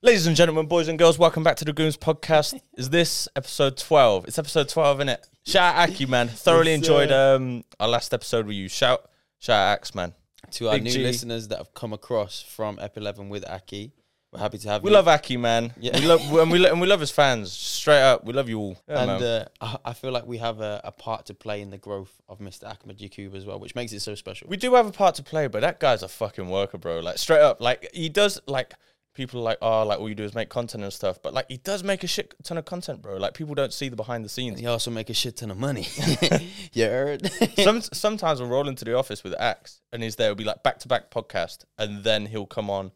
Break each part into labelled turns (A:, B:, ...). A: Ladies and gentlemen, boys and girls, welcome back to the Goons Podcast. Is this episode twelve? It's episode twelve, isn't it? Shout out Aki, man. Thoroughly
B: Yes,
A: enjoyed um our last episode with you. Shout shout out Axe, man.
B: to our
A: Big
B: new
A: G.
B: listeners that have come across from Ep 11 with Aki. We're happy to have
A: We
B: you.
A: love Aki, man.
B: Yeah.
A: We love and we lo- and we love his fans. Straight up, we love you all. Yeah,
B: and
A: man.
B: uh, I- I feel like we have a, a part to play in the growth of Mr. Ahmed Yakub as well, which makes it so special.
A: we do have a part to play, but that guy's a fucking worker, bro. Like straight up, like he does like people are like oh like all you do is make content and stuff, but like he does make a shit ton of content, bro. Like people don't see the behind the scenes.
B: He also make a shit ton of money. you heard?
A: Some, sometimes we'll roll into the office with Axe, and he's there. It'll be like back to back podcast, and then he'll come on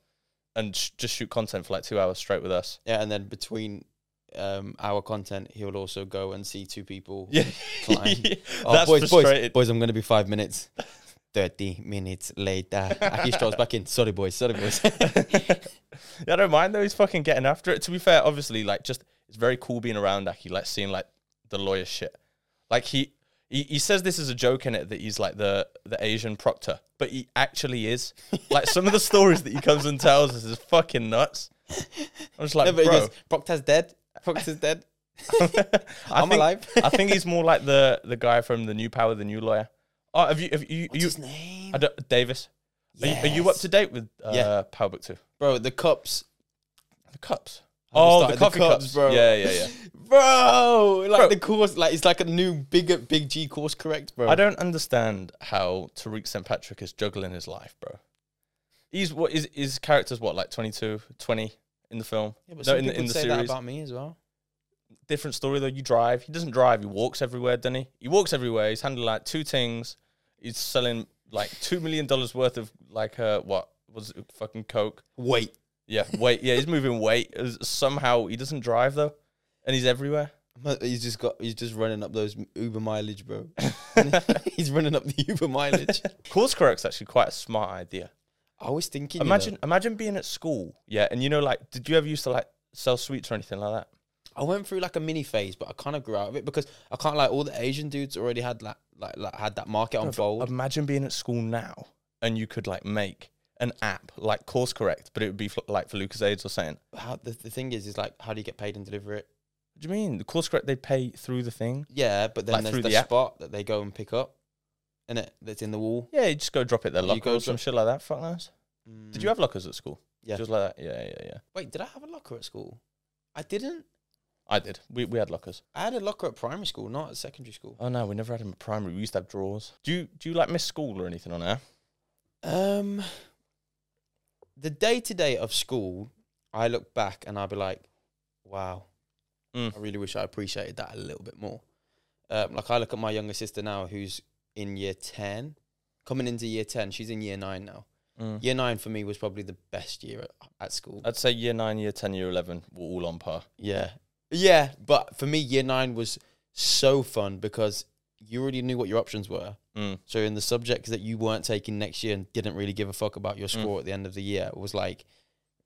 A: and sh- just shoot content for like two hours straight with us.
B: yeah, and then between um, our content, he'll also go and see two people.
A: Yeah,
B: Fine. Oh,
A: that's
B: boys, boys,
A: frustrating.
B: boys, I'm going to be five minutes. 30 minutes later. Aki strolls back in. Sorry, boys. Sorry, boys.
A: I don't mind though. He's fucking getting after it. To be fair, obviously, like just it's very cool being around Aki, like seeing like the lawyer shit. Like he he, he says this is a joke in it that he's like the the Asian proctor, but he actually is. Like some of the stories that he comes and tells us is fucking nuts. I'm just like,
B: no, but he
A: bro.
B: goes, Proctor's dead. Proctor's dead.
A: I
B: I'm
A: think-
B: alive.
A: I think he's more like the the guy from the New Power, the New Lawyer. Oh, have you have you, you
B: his name?
A: I don't, Davis? Are, you, are you up
B: Yes.
A: to date with uh,
B: Yeah.
A: Power Book Two?
B: Bro, the cups.
A: The cups.
B: I haven't
A: Oh, the
B: started
A: coffee cups,
B: bro.
A: Yeah, yeah, yeah.
B: Bro, like
A: Bro.
B: the course, like it's like a new bigger big G course, correct, bro?
A: I don't understand how Tariq St. Patrick is juggling his life, bro. He's what is his character's what like 22, 20 in the film.
B: Yeah, but
A: no,
B: some
A: in, the-
B: people
A: in the
B: say that
A: series.
B: about me as well.
A: Different story though. You drive. He doesn't drive. He walks everywhere, doesn't he? He walks everywhere. He's handling like two things. He's selling like two million dollars worth of like uh what was it, fucking coke.
B: Wait,
A: Yeah, weight. Yeah, he's moving weight. Is- Somehow he doesn't drive though, and he's everywhere.
B: he's just got he's just running up those Uber mileage, bro. he's running up the Uber mileage.
A: Course correct's actually quite a smart idea.
B: I was thinking, you know,
A: Imagine, imagine being at school. Yeah, and you know, like, did you ever used to like sell sweets or anything like that?
B: I went through like a mini phase, but I kind of grew out of it because I can't like all the Asian dudes already had like like, like had that market unfold.
A: Imagine being at school now, and you could like make an app like Course Correct, but it would be for, like for Lucas Aids or something.
B: How the, the thing is, is like how do you get paid and deliver it?
A: What do you mean the Course Correct? They pay through the thing.
B: Yeah, but then
A: Like through
B: there's the,
A: the app?
B: spot that they go and pick up, and it that's in the wall.
A: Yeah, you just go drop it at their
B: You
A: locker
B: go
A: or some
B: drop-
A: shit like that. Fuck nice. Did you have lockers at school?
B: Yeah.
A: just like that. Yeah, yeah, yeah.
B: Wait, did I have a locker at school? I didn't.
A: I did. We we had lockers.
B: I had a locker at primary school, not at secondary school.
A: Oh no, we never had them at primary. We used to have drawers. Do you do you like miss school or anything on there?
B: Um, the day to day of school, I look back and I'll be like, wow,
A: Mm.
B: I really wish I appreciated that a little bit more. Um, like I look at my younger sister now, who's in year ten, coming into year ten. She's in year nine now. Year nine for me was probably the best year at, at school.
A: I'd say year nine, year ten, year eleven were all on par.
B: Yeah. Yeah. But for me, year nine was so fun because you already knew what your options were.
A: Mm.
B: So in the subjects that you weren't taking next year and didn't really give a fuck about
A: Mm.
B: your score at the end of the year, it was like,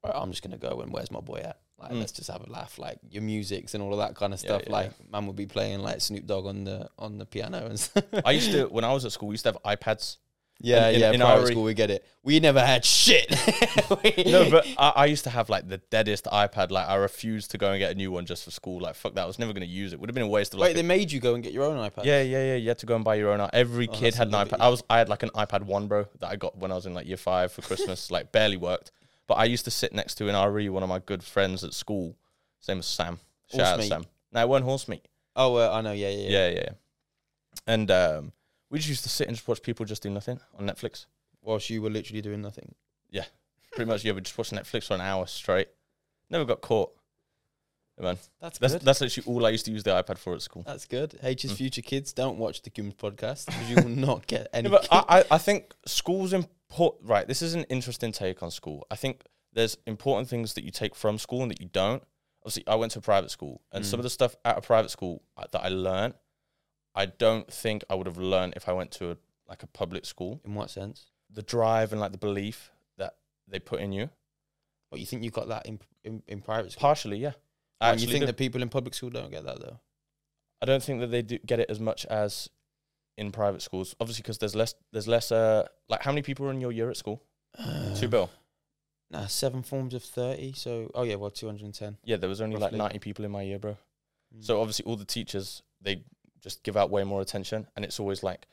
B: "Right, I'm just gonna go and where's my boy at? Like,
A: Mm.
B: let's just have a laugh. Like your musics and all of that kind of
A: Yeah,
B: stuff.
A: yeah,
B: like, man would be playing like Snoop Dogg on the on the piano and stuff.
A: I used to when I was at school, we used to have iPads.
B: yeah,
A: in- in-
B: yeah.
A: in
B: private
A: our-
B: school, we get it. We never had shit.
A: No, but I, I used to have like the deadest iPad. Like I refused to go and get a new one just for school. Like fuck that, I was never going to use it. Would have been a waste of
B: wait,
A: like.
B: they made you go and get your own iPad.
A: yeah, yeah, yeah. You had to go and buy your own. i- Every kid
B: Oh, that's
A: had an
B: another-
A: iPad. I was, I had like an iPad one, bro, that I got when I was in like year five for Christmas. like barely worked, but I used to sit next to an RE, one of my good friends at school. Same as Sam. Shout out
B: Horsemeat.
A: Sam. No, it weren't horse meat.
B: Oh, uh, I know. Yeah, yeah, yeah.
A: Yeah, yeah. yeah. And um, we just used to sit and just watch people just do nothing on Netflix.
B: Whilst you were literally doing nothing.
A: Pretty much, yeah, we just watched Netflix for an hour straight. Never got caught. Yeah, man, that's Mm.
B: good.
A: that's literally all I used to use the iPad for at school.
B: That's good. H's future kids, don't watch the Goons podcast because you will not get any.
A: Yeah, but I, I, I think school's important. Right, this is an interesting take on school. I think there's important things that you take from school and that you don't. Obviously, I went to a private school, and
B: Mm.
A: some of the stuff at a private school uh, that I learned, I don't think I would have learned if I went to a, like a public school.
B: in what sense?
A: The drive and like the belief that they put in you,
B: But you think you got that in in, in private school?
A: partially, yeah.
B: And you
A: Actually,
B: think
A: the-
B: that people in public school don't get that though?
A: I don't think that they do get it as much as in private schools. Uh,
B: Uh,
A: Obviously, because there's less, there's less. Uh, like how many people are in your year at school? Two bill.
B: Nah, seven forms of 30. So, oh yeah, well, 210.
A: Yeah, there was only
B: Roughly.
A: like 90 people in my year, bro. So obviously, all the teachers they just give out way more attention, and it's always like,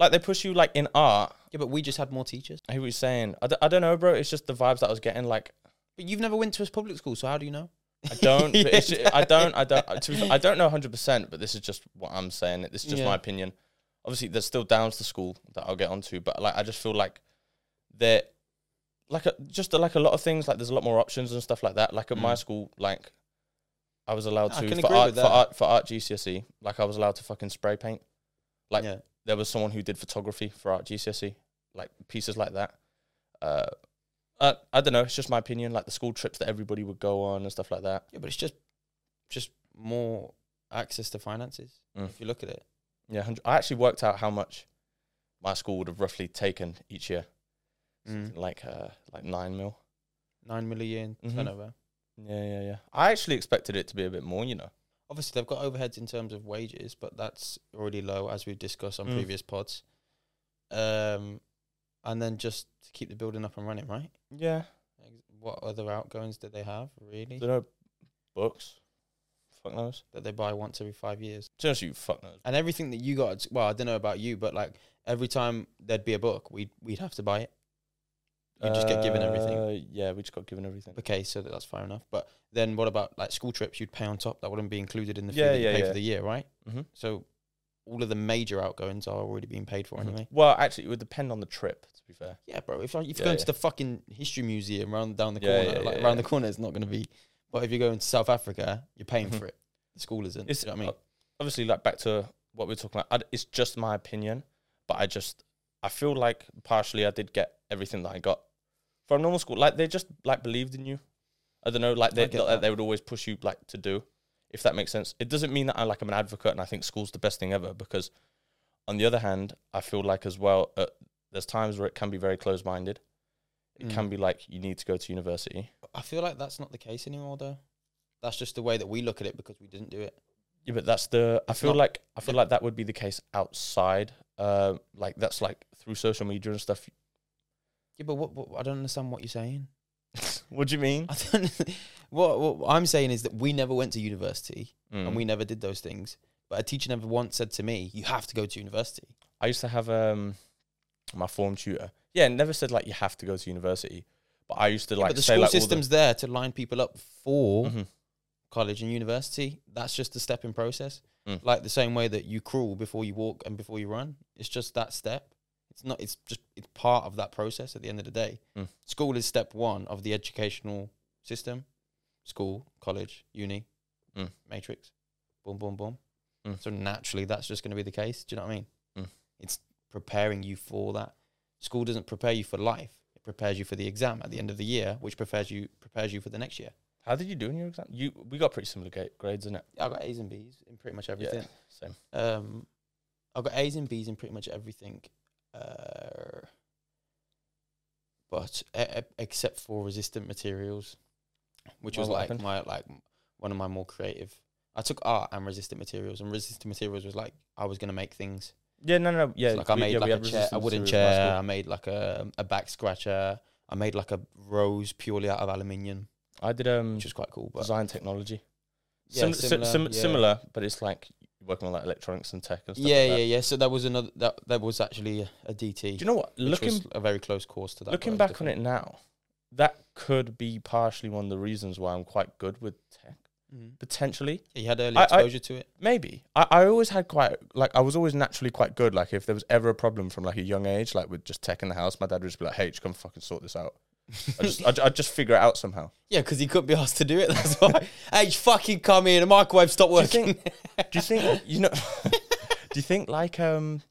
A: like they push you like in art.
B: yeah, but we just had more teachers.
A: I hear what you're saying. I d- I don't know, bro. It's just the vibes that I was getting. Like
B: But you've never went to a public school, so how do you know?
A: I don't, but it's ju- I don't, I don't. To be fair, I don't know 100, percent but this is just what I'm saying. This is just
B: Yeah.
A: my opinion. Obviously, there's still downs to school that I'll get onto, but like I just feel like there, like a, just uh, like a lot of things. Like there's a lot more options and stuff like that. Like at my
B: Mm.
A: school, like I was allowed
B: I
A: to
B: can
A: for
B: agree
A: art,
B: with
A: for
B: that.
A: art for art GCSE. E, Like I was allowed to fucking spray paint. Like,
B: yeah.
A: there was someone who did photography for art GCSE, E, like pieces like that. Uh, I, I don't know. It's just my opinion. Like the school trips that everybody would go on and stuff like that.
B: yeah, but it's just just more access to finances
A: Mm.
B: if you look at it.
A: Yeah, 100 I actually worked out how much my school would have roughly taken each year,
B: Mm.
A: like uh, like nine mil.
B: Nine million
A: Mhm.
B: turnover.
A: Yeah, yeah, yeah. I actually expected it to be a bit more, you know.
B: Obviously, they've got overheads in terms of wages, but that's already low, as we've discussed on
A: Mm.
B: previous pods. Um, and then just to keep the building up and running, right?
A: Yeah,
B: Like, What other outgoings do they have really
A: there are books. Fuck knows.
B: that they buy once every five years?
A: Just you, fuck knows.
B: And everything that you got, it's- well, I don't know about you, but like every time there'd be a book, we'd we'd have to buy it. We'd just get given everything.
A: Uh, Yeah, we just got given everything.
B: Okay, so that's fair enough. But then what about like school trips? You'd pay on top. That wouldn't be included in the fee
A: Yeah,
B: that you
A: yeah,
B: pay
A: yeah.
B: for the year, right?
A: Mm-hmm.
B: So all of the major outgoings are already being paid for anyway.
A: Well, actually, it would depend on the trip. To be fair.
B: Yeah, bro. If, I- if
A: Yeah,
B: you're going
A: yeah.
B: to the fucking history museum round down the
A: Yeah,
B: corner,
A: yeah,
B: like
A: yeah,
B: round
A: yeah.
B: the corner, it's not going to be. But if you're going to South Africa, you're paying
A: Mhm.
B: for it. The school isn't.
A: It's-
B: you know what I mean?
A: uh, obviously like back to what we were talking about. I, it's just my opinion, but I just I feel like partially I did get everything that I got from normal school. Like they just like believed in you. I don't know. Like they
B: I get
A: like,
B: that.
A: they would always push you like to do, if that makes sense. It doesn't mean that I like I'm an advocate and I think school's the best thing ever because, on the other hand, I feel like as well uh, there's times where it can be very closed minded. It
B: Mm.
A: can be like you need to go to university.
B: I feel like that's not the case anymore, though. That's just the way that we look at it because we didn't do it.
A: Yeah, but that's the. I
B: It's
A: feel
B: not-
A: like I feel like that would be the case outside. Uh, like that's like through social media and stuff.
B: Yeah, but what, what I don't understand what you're saying.
A: what do you mean?
B: I don't. what, what I'm saying is that we never went to university
A: Mm.
B: and we never did those things. But a teacher never once said to me, "You have to go to university."
A: I used to have um, my form tutor. Yeah, never said like you have to go to university, but I used to like
B: but the
A: say
B: school
A: like all
B: system's there to line people up for
A: Mhm.
B: college and university. That's just a step in process.
A: Mm.
B: Like the same way that you crawl before you walk and before you run. It's just that step. It's not it's just it's part of that process at the end of the day.
A: Mm.
B: School is step one of the educational system. School, college, uni,
A: Mm.
B: matrix. Boom, boom, boom.
A: Mm.
B: So naturally that's just gonna be the case. Do you know what I mean?
A: Mm.
B: It's preparing you for that. School doesn't prepare you for life. It prepares you for the exam at the end of the year, which prepares you prepares you for the next year.
A: How did you do in your exam? You we got pretty similar ga- grades in it.
B: I got A's and B's in pretty much everything.
A: Same.
B: Um, I got A's and B's in pretty much everything, uh, but e- e- except for resistant materials, which
A: Why,
B: was
A: what
B: like
A: happened?
B: my like m- one of my more creative. I took art and resistant materials, and resistant materials was like I was gonna make things.
A: Yeah, no, no, no. yeah.
B: So, like I
A: we-
B: made
A: yeah, we
B: like
A: had
B: a chair, a
A: resistance
B: wooden
A: theory in my
B: chair. I
A: school.
B: made like a a back scratcher. I made like a rose purely out of aluminium,
A: I did um
B: which was quite cool. But
A: design technology.
B: Yeah,
A: Sim- sim- sim-
B: similar, yeah.
A: similar, but it's like working on like electronics and tech and stuff.
B: yeah,
A: like that.
B: yeah, yeah. So that was another that that was actually a- a DT.
A: Do you know what?
B: which
A: Looking
B: was a very close course to that.
A: Looking back on it now, that could be partially one of the reasons why I'm quite good with tech. Potentially,
B: Mm-hmm. you had early
A: I- I-
B: exposure to it.
A: maybe. I, I always had quite like I was always naturally quite good. Like if there was ever a problem from like a young age, like with just tech in the house, my dad would just be like, "Hey, just come fucking sort this out." I just I, would just figure it out somehow.
B: yeah, because he couldn't be asked to do it. That's why. hey, just fucking come here. The microwave stopped
A: Do you
B: working.
A: think? do you think you know? do you think like um,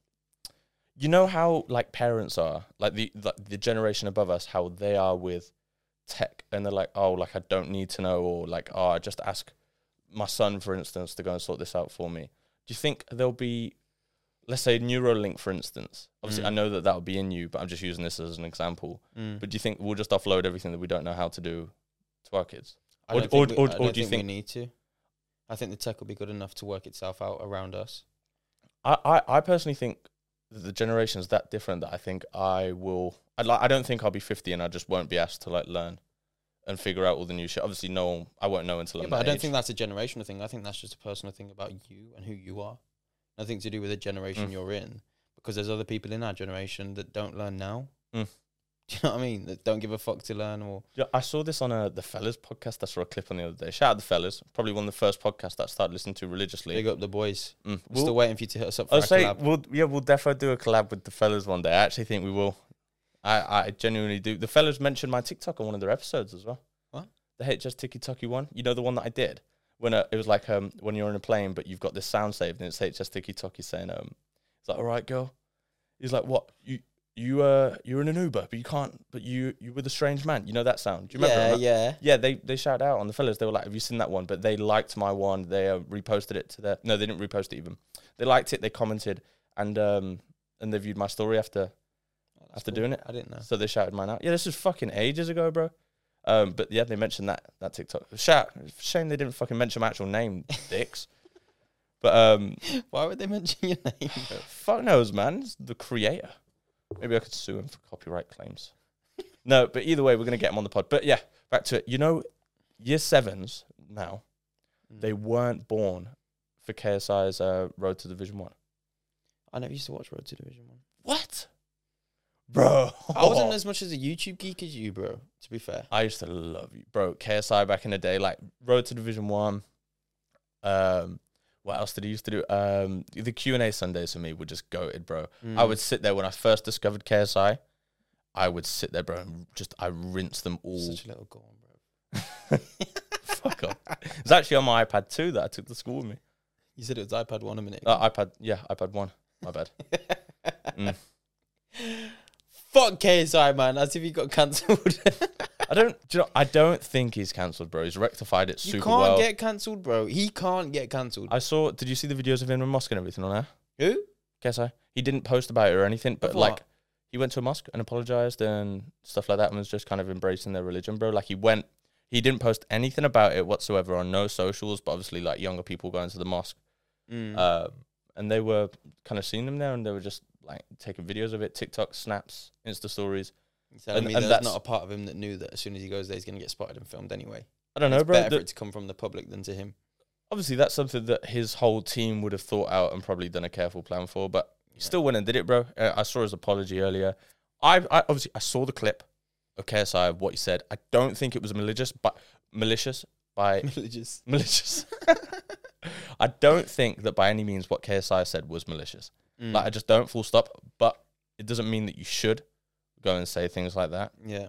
A: you know how like parents are like the the, the generation above us how they are with tech and they're like oh like I don't need to know or like oh I just ask my son for instance to go and sort this out for me. Do you think there'll be let's say Neuralink for instance? Obviously,
B: Mm.
A: I know that that'll be in you, but I'm just using this as an example.
B: Mm.
A: But do you think we'll just offload everything that we don't know how to do to our kids?
B: I
A: or-
B: don't
A: or-
B: think
A: or-
B: we, I
A: or
B: don't
A: do you
B: we need to? I think the tech will be good enough to work itself out around us.
A: I, I, I personally think that the generation's that different that I think I will. I like. I don't think I'll be fifty and I just won't be asked to like learn and figure out all the new shit. Obviously, no, one, I won't know until
B: Yeah,
A: I'm.
B: but I
A: that
B: don't
A: age.
B: think that's a generational thing. I think that's just a personal thing about you and who you are. Nothing to do with the generation
A: Mm.
B: you're in, because there's other people in our generation that don't learn now.
A: Mm.
B: Do you know what I mean? That don't give a fuck to learn or
A: Yeah, I saw this on a the Fellas podcast. I saw a clip on the other day. Shout out the Fellas, probably one of the first podcasts that I started listening to religiously.
B: big up the boys.
A: Mm.
B: We're still waiting for you to hit us up for
A: I'll
B: a
A: say
B: collab.
A: we'll yeah we'll defo do a collab with the fellas one day. I actually think we will. I I genuinely do. The fellas mentioned my TikTok on one of their episodes as well.
B: What?
A: The HS Tiki Toki one. You know the one that I did when uh, it was like um when you're on a plane but you've got this sound saved and it's HS Tiki Toki saying um it's like all right girl. He's like what you you uh you're in an Uber but you can't but you you with a strange man. You know that sound? Do you remember?
B: yeah,
A: that?
B: yeah.
A: Yeah, they they shout out on the fellas. They were like, "Have you seen that one?" But they liked my one. They uh, reposted it to their. No, they didn't repost it even. They liked it. They commented and um and they viewed my story after
B: That's
A: after doing it.
B: I didn't know.
A: So they shouted mine out. Yeah, this was fucking ages ago, bro. Um, but yeah, they mentioned that that TikTok shout. Shame they didn't fucking mention my actual name, dicks. but um,
B: Why would they mention your name?
A: fuck knows, man. It's the creator. Maybe I could sue him for copyright claims. no, but either way, we're gonna get him on the pod. But yeah, back to it. You know, year sevens now
B: Mm.
A: they weren't born for KSI's uh, Road to Division One.
B: I never used to watch Road to Division One.
A: What, bro?
B: I wasn't as much as a YouTube geek as you, bro. To be fair,
A: I used to love you, bro. KSI back in the day, like Road to Division One. Um, what else did he used to do? Um, the Q and A Sundays for me were just goated, bro.
B: Mm.
A: I would sit there when I first discovered KSI. I would sit there, bro, and just I rinse them all.
B: such a little gone, bro.
A: Fuck off. It's actually on my iPad too that I took to school with me.
B: You said it was iPad one a minute. ago.
A: Uh, iPad, yeah, iPad one. My bad. Mm.
B: Fuck KSI, man. As if he got cancelled.
A: I don't. Do you know, I don't think he's cancelled, bro. He's rectified it
B: you
A: super
B: can't
A: well. Uh,
B: get cancelled, bro. He can't get cancelled.
A: I saw. Did you see the videos of him in mosque and everything on there?
B: Who?
A: Guess I. He didn't post about it or anything, but
B: Of what?
A: like, he went to a mosque and apologized and stuff like that, and was just kind of embracing their religion, bro. Like he went. He didn't post anything about it whatsoever on no socials, but obviously like younger people going to the mosque,
B: Mm.
A: um, and they were kind of seeing them there, and they were just like taking videos of it, TikTok, snaps, Insta stories.
B: You're telling
A: and-
B: me
A: and
B: there's
A: that's-
B: not a part of him that knew that as soon as he goes there, he's going to get spotted and filmed anyway.
A: I don't know,
B: it's
A: bro.
B: better
A: The-
B: for it to come from the public than to him.
A: obviously that's something that his whole team would have thought out and probably done a careful plan for, but he still went and did it, bro. Uh, I saw his apology earlier. I, I obviously I saw the clip of KSI of what he said. I don't think it was malicious, but malicious by
B: Religious.
A: malicious. I don't think that by any means what KSI said was malicious.
B: Mm.
A: Like I just don't full stop. But it doesn't mean that you should go and say things like that.
B: yeah.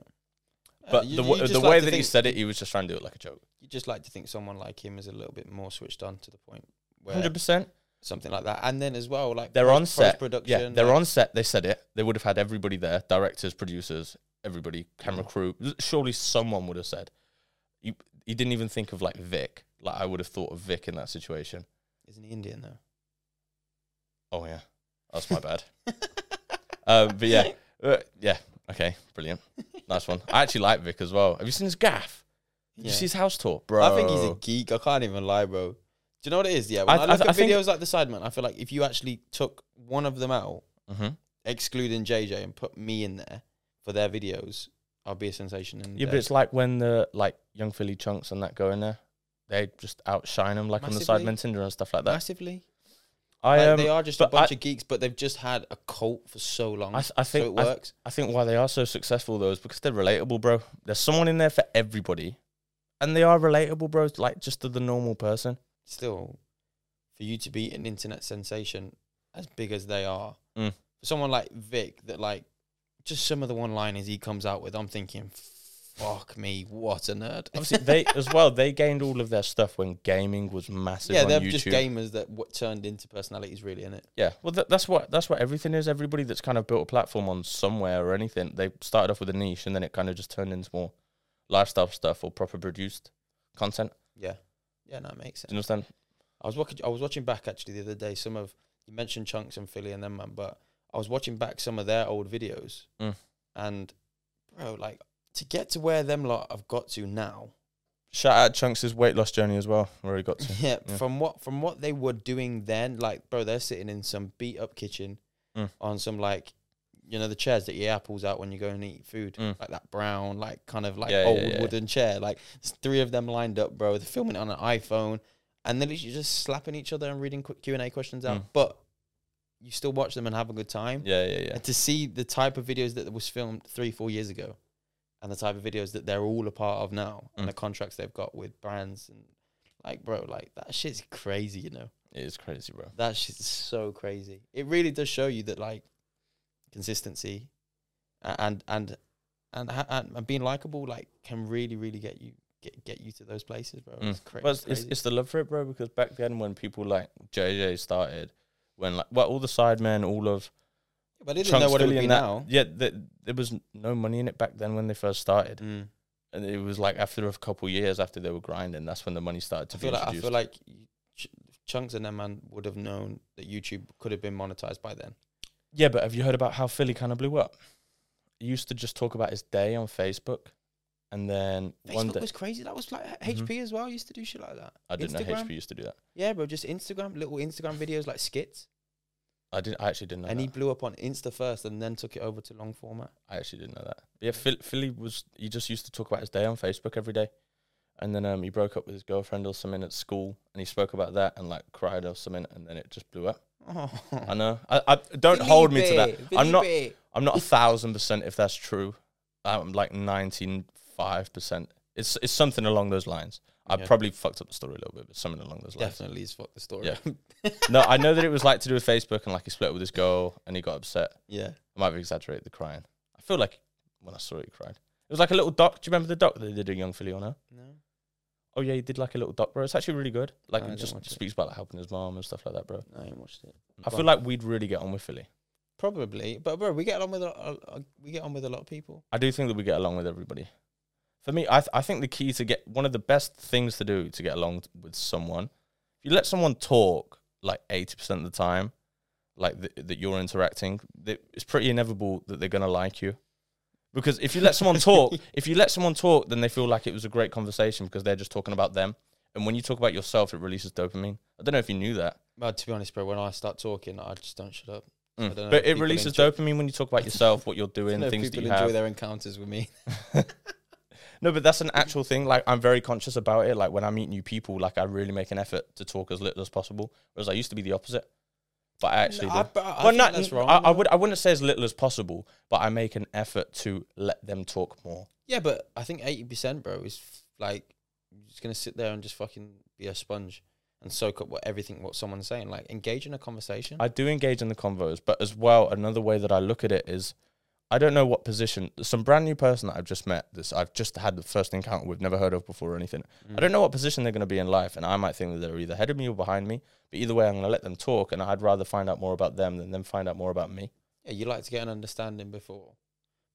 B: Uh,
A: But
B: you-
A: the
B: you
A: w-
B: just
A: the
B: like
A: way
B: to
A: that he
B: think-
A: said it, he was just trying to do it like a joke.
B: you just like to think someone like him is a little bit more switched on to the point where
A: Hundred percent.
B: something like that. And then as well, like
A: They're on set.
B: production.
A: Yeah, they're on set. They said it. They would have had everybody there: directors, producers, everybody, camera
B: Mm.
A: crew. Surely someone would have said. He, he didn't even think of like Vic. Like I would have thought of Vic in that situation.
B: Isn't he Indian though?
A: Oh yeah, that's my bad. Um, but yeah, uh, yeah. Okay, brilliant. Nice one. I actually like Vic as well. Have you seen his gaff? Did
B: Yeah.
A: you see his house tour, bro?
B: I think he's a geek. I can't even lie, bro. Do you know what it is? Yeah, when
A: I-
B: I,
A: I-
B: look
A: I
B: at
A: think-
B: videos like the Sideman, I feel like if you actually took one of them out,
A: Mhm.
B: excluding JJ, and put me in there for their videos, I'll be a sensation. In
A: Yeah, but it's like when the like young Philly chunks and that go in there, they just outshine him like on the
B: Massively.
A: Sidemen Tinder and stuff like that.
B: massively.
A: I
B: Like,
A: um,
B: they are just a
A: but
B: bunch of geeks, but they've just had a cult for so long.
A: I, th- I think
B: so it
A: I, th-
B: works.
A: I think why they are so successful though is because they're relatable, bro. There's someone in there for everybody, and they are relatable, bro. Like just to the normal person.
B: Still, for you to be an internet sensation as big as they are,
A: Mm.
B: for someone like Vic, that like just some of the one-liners he comes out with, I'm thinking, fuck me, what a nerd.
A: Obviously, they as well. They gained all of their stuff when gaming was massive.
B: yeah,
A: on
B: they're
A: YouTube.
B: just gamers that w- turned into personalities, really, innit?
A: Yeah, well, th- that's what that's what everything is. Everybody that's kind of built a platform on somewhere or anything, they started off with a niche and then it kind of just turned into more lifestyle stuff or proper produced content.
B: Yeah, yeah, no, it makes
A: Do you
B: sense.
A: understand?
B: I was watching, I was watching back actually the other day. Some of you mentioned Chunks and Philly and them man, but I was watching back some of their old videos,
A: Mm.
B: and bro, like to get to where them lot have got to now.
A: Shout out Chunks' weight loss journey as well, where he got to.
B: Yeah,
A: Yeah.
B: from what from what they were doing then, like bro, they're sitting in some beat up kitchen
A: Mm.
B: on some like you know the chairs that you eat apples out when you go and eat food,
A: Mm.
B: like that brown, like kind of like
A: Yeah, yeah,
B: old
A: yeah.
B: wooden chair. Like there's three of them lined up, bro. They're filming it on an iPhone, and they're literally just slapping each other and reading Q and A questions out.
A: Mm.
B: But you still watch them and have a good time.
A: Yeah, yeah, yeah.
B: And Uh, to see the type of videos that was filmed three, four years ago, and the type of videos that they're all a part of now,
A: Mm.
B: and the contracts they've got with brands, and like, bro, like that shit's crazy, you know.
A: It is crazy, bro.
B: That shit's so crazy. It really does show you that like consistency a- and and and ha- and, and being likable like can really really get you get, get you to those places, bro.
A: Mm.
B: It's, cra-
A: Well,
B: it's
A: it's, it's,
B: crazy.
A: it's the love for it, bro. Because back then, when people like JJ started, when like well, all the sidemen, all of
B: but I didn't
A: Trunks
B: know what it would
A: Philly
B: be
A: and that-
B: now.
A: yeah, th- there was no money in it back then when they first started,
B: Mm.
A: and it was like after a couple years after they were grinding, that's when the money started to
B: I
A: be
B: feel like I
A: introduced.
B: feel like you- ch- chunks and them man would have known that YouTube could have been monetized by then.
A: yeah, but have you heard about how Philly kind of blew up? He used to just talk about his day on Facebook, and then one
B: Facebook
A: day
B: was crazy. That was like
A: Mhm.
B: HP as well. Used to do shit like that.
A: I didn't know
B: Instagram.
A: HP used to do that.
B: Yeah, bro. Just Instagram, little Instagram videos like skits,
A: I didn't. I actually didn't know.
B: and
A: that.
B: he blew up on Insta first, and then took it over to long format.
A: I actually didn't know that. But yeah, Phil, Philly was he just used to talk about his day on Facebook every day, and then um he broke up with his girlfriend or something at school, and he spoke about that and like cried or something, and then it just blew up.
B: Oh.
A: I know. I, I don't hold me to that. I'm not.
B: Felipe.
A: I'm not a thousand percent if that's true. I'm like ninety five percent. It's it's something along those lines. I
B: Yeah.
A: probably fucked up the story a little bit, but something along those lines.
B: Definitely is fuck the story.
A: Yeah. no, I know that it was like to do with Facebook and like he split up with his girl and he got upset.
B: yeah.
A: I might have exaggerated the crying. I feel like when I saw it, he cried. It was like a little doc. Do you remember the doc that they did a young Philly on her?
B: No.
A: Oh yeah, he did like a little doc, bro. It's actually really good. Like
B: No, I
A: it
B: didn't
A: just
B: watch it.
A: speaks about like helping his mom and stuff like that, bro.
B: No, I ain't watched it.
A: I feel like we'd really get on with Philly.
B: probably, but bro, we get on with a, a, a- we get on with a lot of people.
A: I do think that we get along with everybody. For me, I th- I think the key to get one of the best things to do to get along t- with someone, if you let someone talk like eighty percent of the time, like th- that you're interacting, th- it's pretty inevitable that they're gonna like you. Because if you let someone talk, if you let someone talk, then they feel like it was a great conversation because they're just talking about them. And when you talk about yourself, it releases dopamine. I don't know if you knew that,
B: But to be honest, bro, when I start talking, I just don't shut up. I
A: Mm.
B: don't know if
A: but it
B: people
A: releases
B: enjoy-
A: dopamine when you talk about yourself, what you're doing,
B: No,
A: things that
B: people
A: you
B: enjoy
A: have.
B: their encounters with me.
A: No, but that's an actual thing. Like I'm very conscious about it. Like when I meet new people, like I really make an effort to talk as little as possible. Whereas I used to be the opposite. But I actually
B: No,
A: do.
B: I, but I
A: well,
B: think
A: not,
B: that's wrong.
A: I, I
B: though.
A: would I wouldn't say as little as possible, but I make an effort to let them talk more.
B: Yeah, but I think eighty percent, bro, is f- like you're just gonna sit there and just fucking be a sponge and soak up what everything what someone's saying. Like engage in a conversation.
A: I do engage in the convos, but as well, another way that I look at it is I don't know what position some brand new person that I've just met, this I've just had the first encounter with, never heard of before or anything.
B: Mm.
A: I don't know what position they're going to be in life, and I might think that they're either ahead of me or behind me. But either way, I'm going to let them talk, and I'd rather find out more about them than them find out more about me.
B: Yeah, you like to get an understanding before.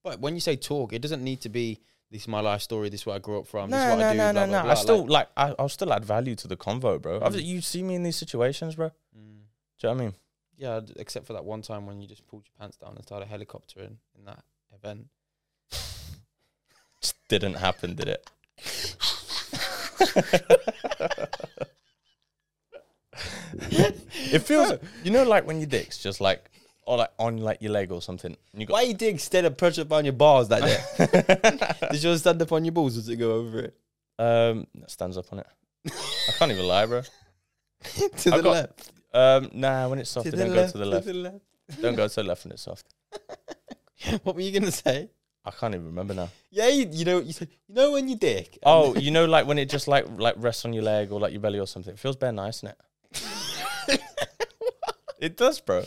B: But when you say talk, it doesn't need to be this is my life story, this is where I grew up from, this is what I do. blah, blah, blah.
A: I
B: Like,
A: still like, I, I'll still add value to the convo, bro. I've-
B: Mm.
A: You see me in these situations, bro.
B: mm,
A: Do you know what I mean?
B: yeah, d- except for that one time when you just pulled your pants down and started helicoptering in that event.
A: Just didn't happen, did it? it feels, you know, like when your dick's just like, or like on like your leg or something. And you got,
B: Why you did stand up pressure up on your bars like that? did you stand up on your balls or did it go over it?
A: um, that stands up on it. I can't even lie, bro.
B: to
A: I
B: the
A: got-
B: left.
A: Um, nah, when it's soft,
B: To
A: it
B: the
A: don't
B: left.
A: go to the left.
B: To the left.
A: don't go to the left when it's soft.
B: What were you going to say?
A: I can't even remember now.
B: Yeah, you, you know, you said, you know when you dick.
A: Oh, you know, like when it just like like rests on your leg or like your belly or something. It feels bare nice, innit? It does, bro.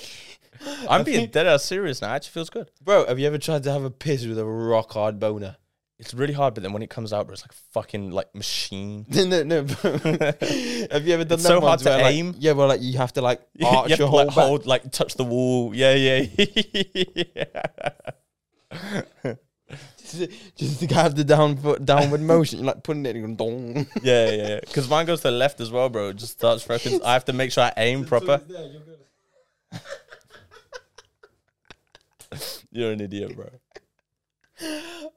A: I'm being dead ass serious now. It actually feels good.
B: Bro, have you ever tried to have a piss with a rock hard boner?
A: It's really hard, but then when it comes out, bro, it's like a fucking like machine.
B: No, no, no. bro. have you ever done
A: It's
B: that?
A: so hard to
B: where, like-
A: aim.
B: yeah, well, like you have to like arch
A: you have
B: your
A: to,
B: whole
A: like,
B: back.
A: hold, like touch the wall. Yeah, yeah.
B: just to have the down foot, downward motion. You're like putting it and going dong.
A: yeah, yeah. Because mine goes to the left as well, bro. It just starts fucking. I have to make sure I aim proper. You're an idiot, bro.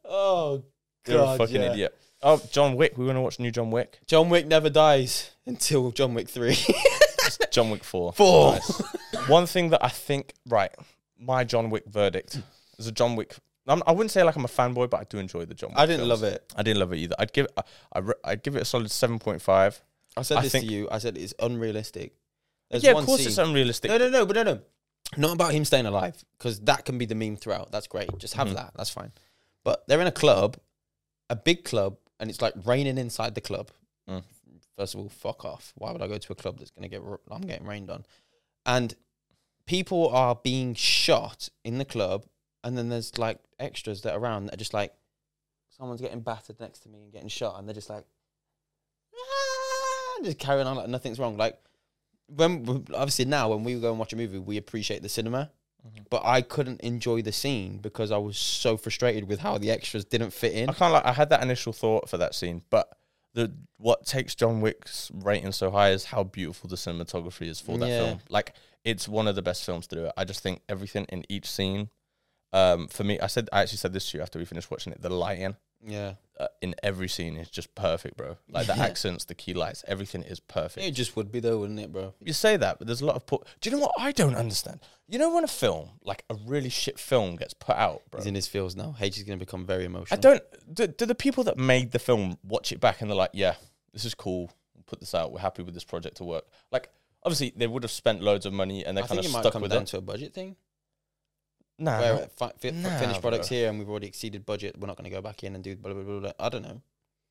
B: Oh,
A: You're
B: God,
A: a fucking
B: yeah.
A: idiot. Oh, John Wick. We want to watch new John Wick.
B: John Wick never dies until John Wick three.
A: It's John Wick 4.
B: Four.
A: One thing that I think, right, my John Wick verdict. There's a John Wick. I'm, I wouldn't say like I'm a fanboy, but I do enjoy the John. Wick
B: I didn't
A: films.
B: love it.
A: I didn't love it either. I'd give I, I re- I'd give it a solid seven point five.
B: I said
A: I
B: this
A: think-
B: to you. I said it's unrealistic. There's
A: Yeah,
B: one
A: of course it's
B: scene-
A: unrealistic.
B: No, no, no, but no, no. Not about him staying alive because that can be the meme throughout. That's great. Just have
A: Mhm.
B: that. That's fine. But they're in a club, a big club, and it's like raining inside the club.
A: Mm.
B: First of all, fuck off. Why would I go to a club that's gonna get? r- I'm getting rained on, and people are being shot in the club, and then there's like extras that are around that are just like, someone's getting battered next to me and getting shot, and they're just like, "Ah," and just carrying on like nothing's wrong. Like when obviously now when we go and watch a movie, we appreciate the cinema.
A: Mhm.
B: But I couldn't enjoy the scene because I was so frustrated with how the extras didn't fit in.
A: I kind of like I had that initial thought for that scene, but the what takes John Wick's rating so high is how beautiful the cinematography is for that
B: Yeah.
A: film. Like it's one of the best films to do it. I just think everything in each scene. Um, for me, I said I actually said this to you after we finished watching it. The lighting
B: Yeah,
A: uh, in every scene is just perfect, bro. Like the
B: Yeah.
A: accents, the key lights, everything is perfect.
B: it just would be though, wouldn't it, bro?
A: You say that, but there's a lot of. Poor- Do you know what I don't understand? You know when a film, like a really shit film, gets put out, bro.
B: He's in his feels now. H is going to become very emotional.
A: I don't. Do, do the people that made the film watch it back and they're like, "Yeah, this is cool. We'll put this out. We're happy with this project to work." Like, obviously, they would have spent loads of money and they're
B: I
A: kind
B: think
A: of
B: it might
A: stuck
B: come
A: with
B: down
A: it.
B: to a budget thing. Uh,
A: Nah,
B: where
A: not-
B: it fi- fi-
A: nah,
B: finished products
A: bro.
B: here and we've already exceeded budget. We're not going to go back in and do blah blah blah. blah. I don't know.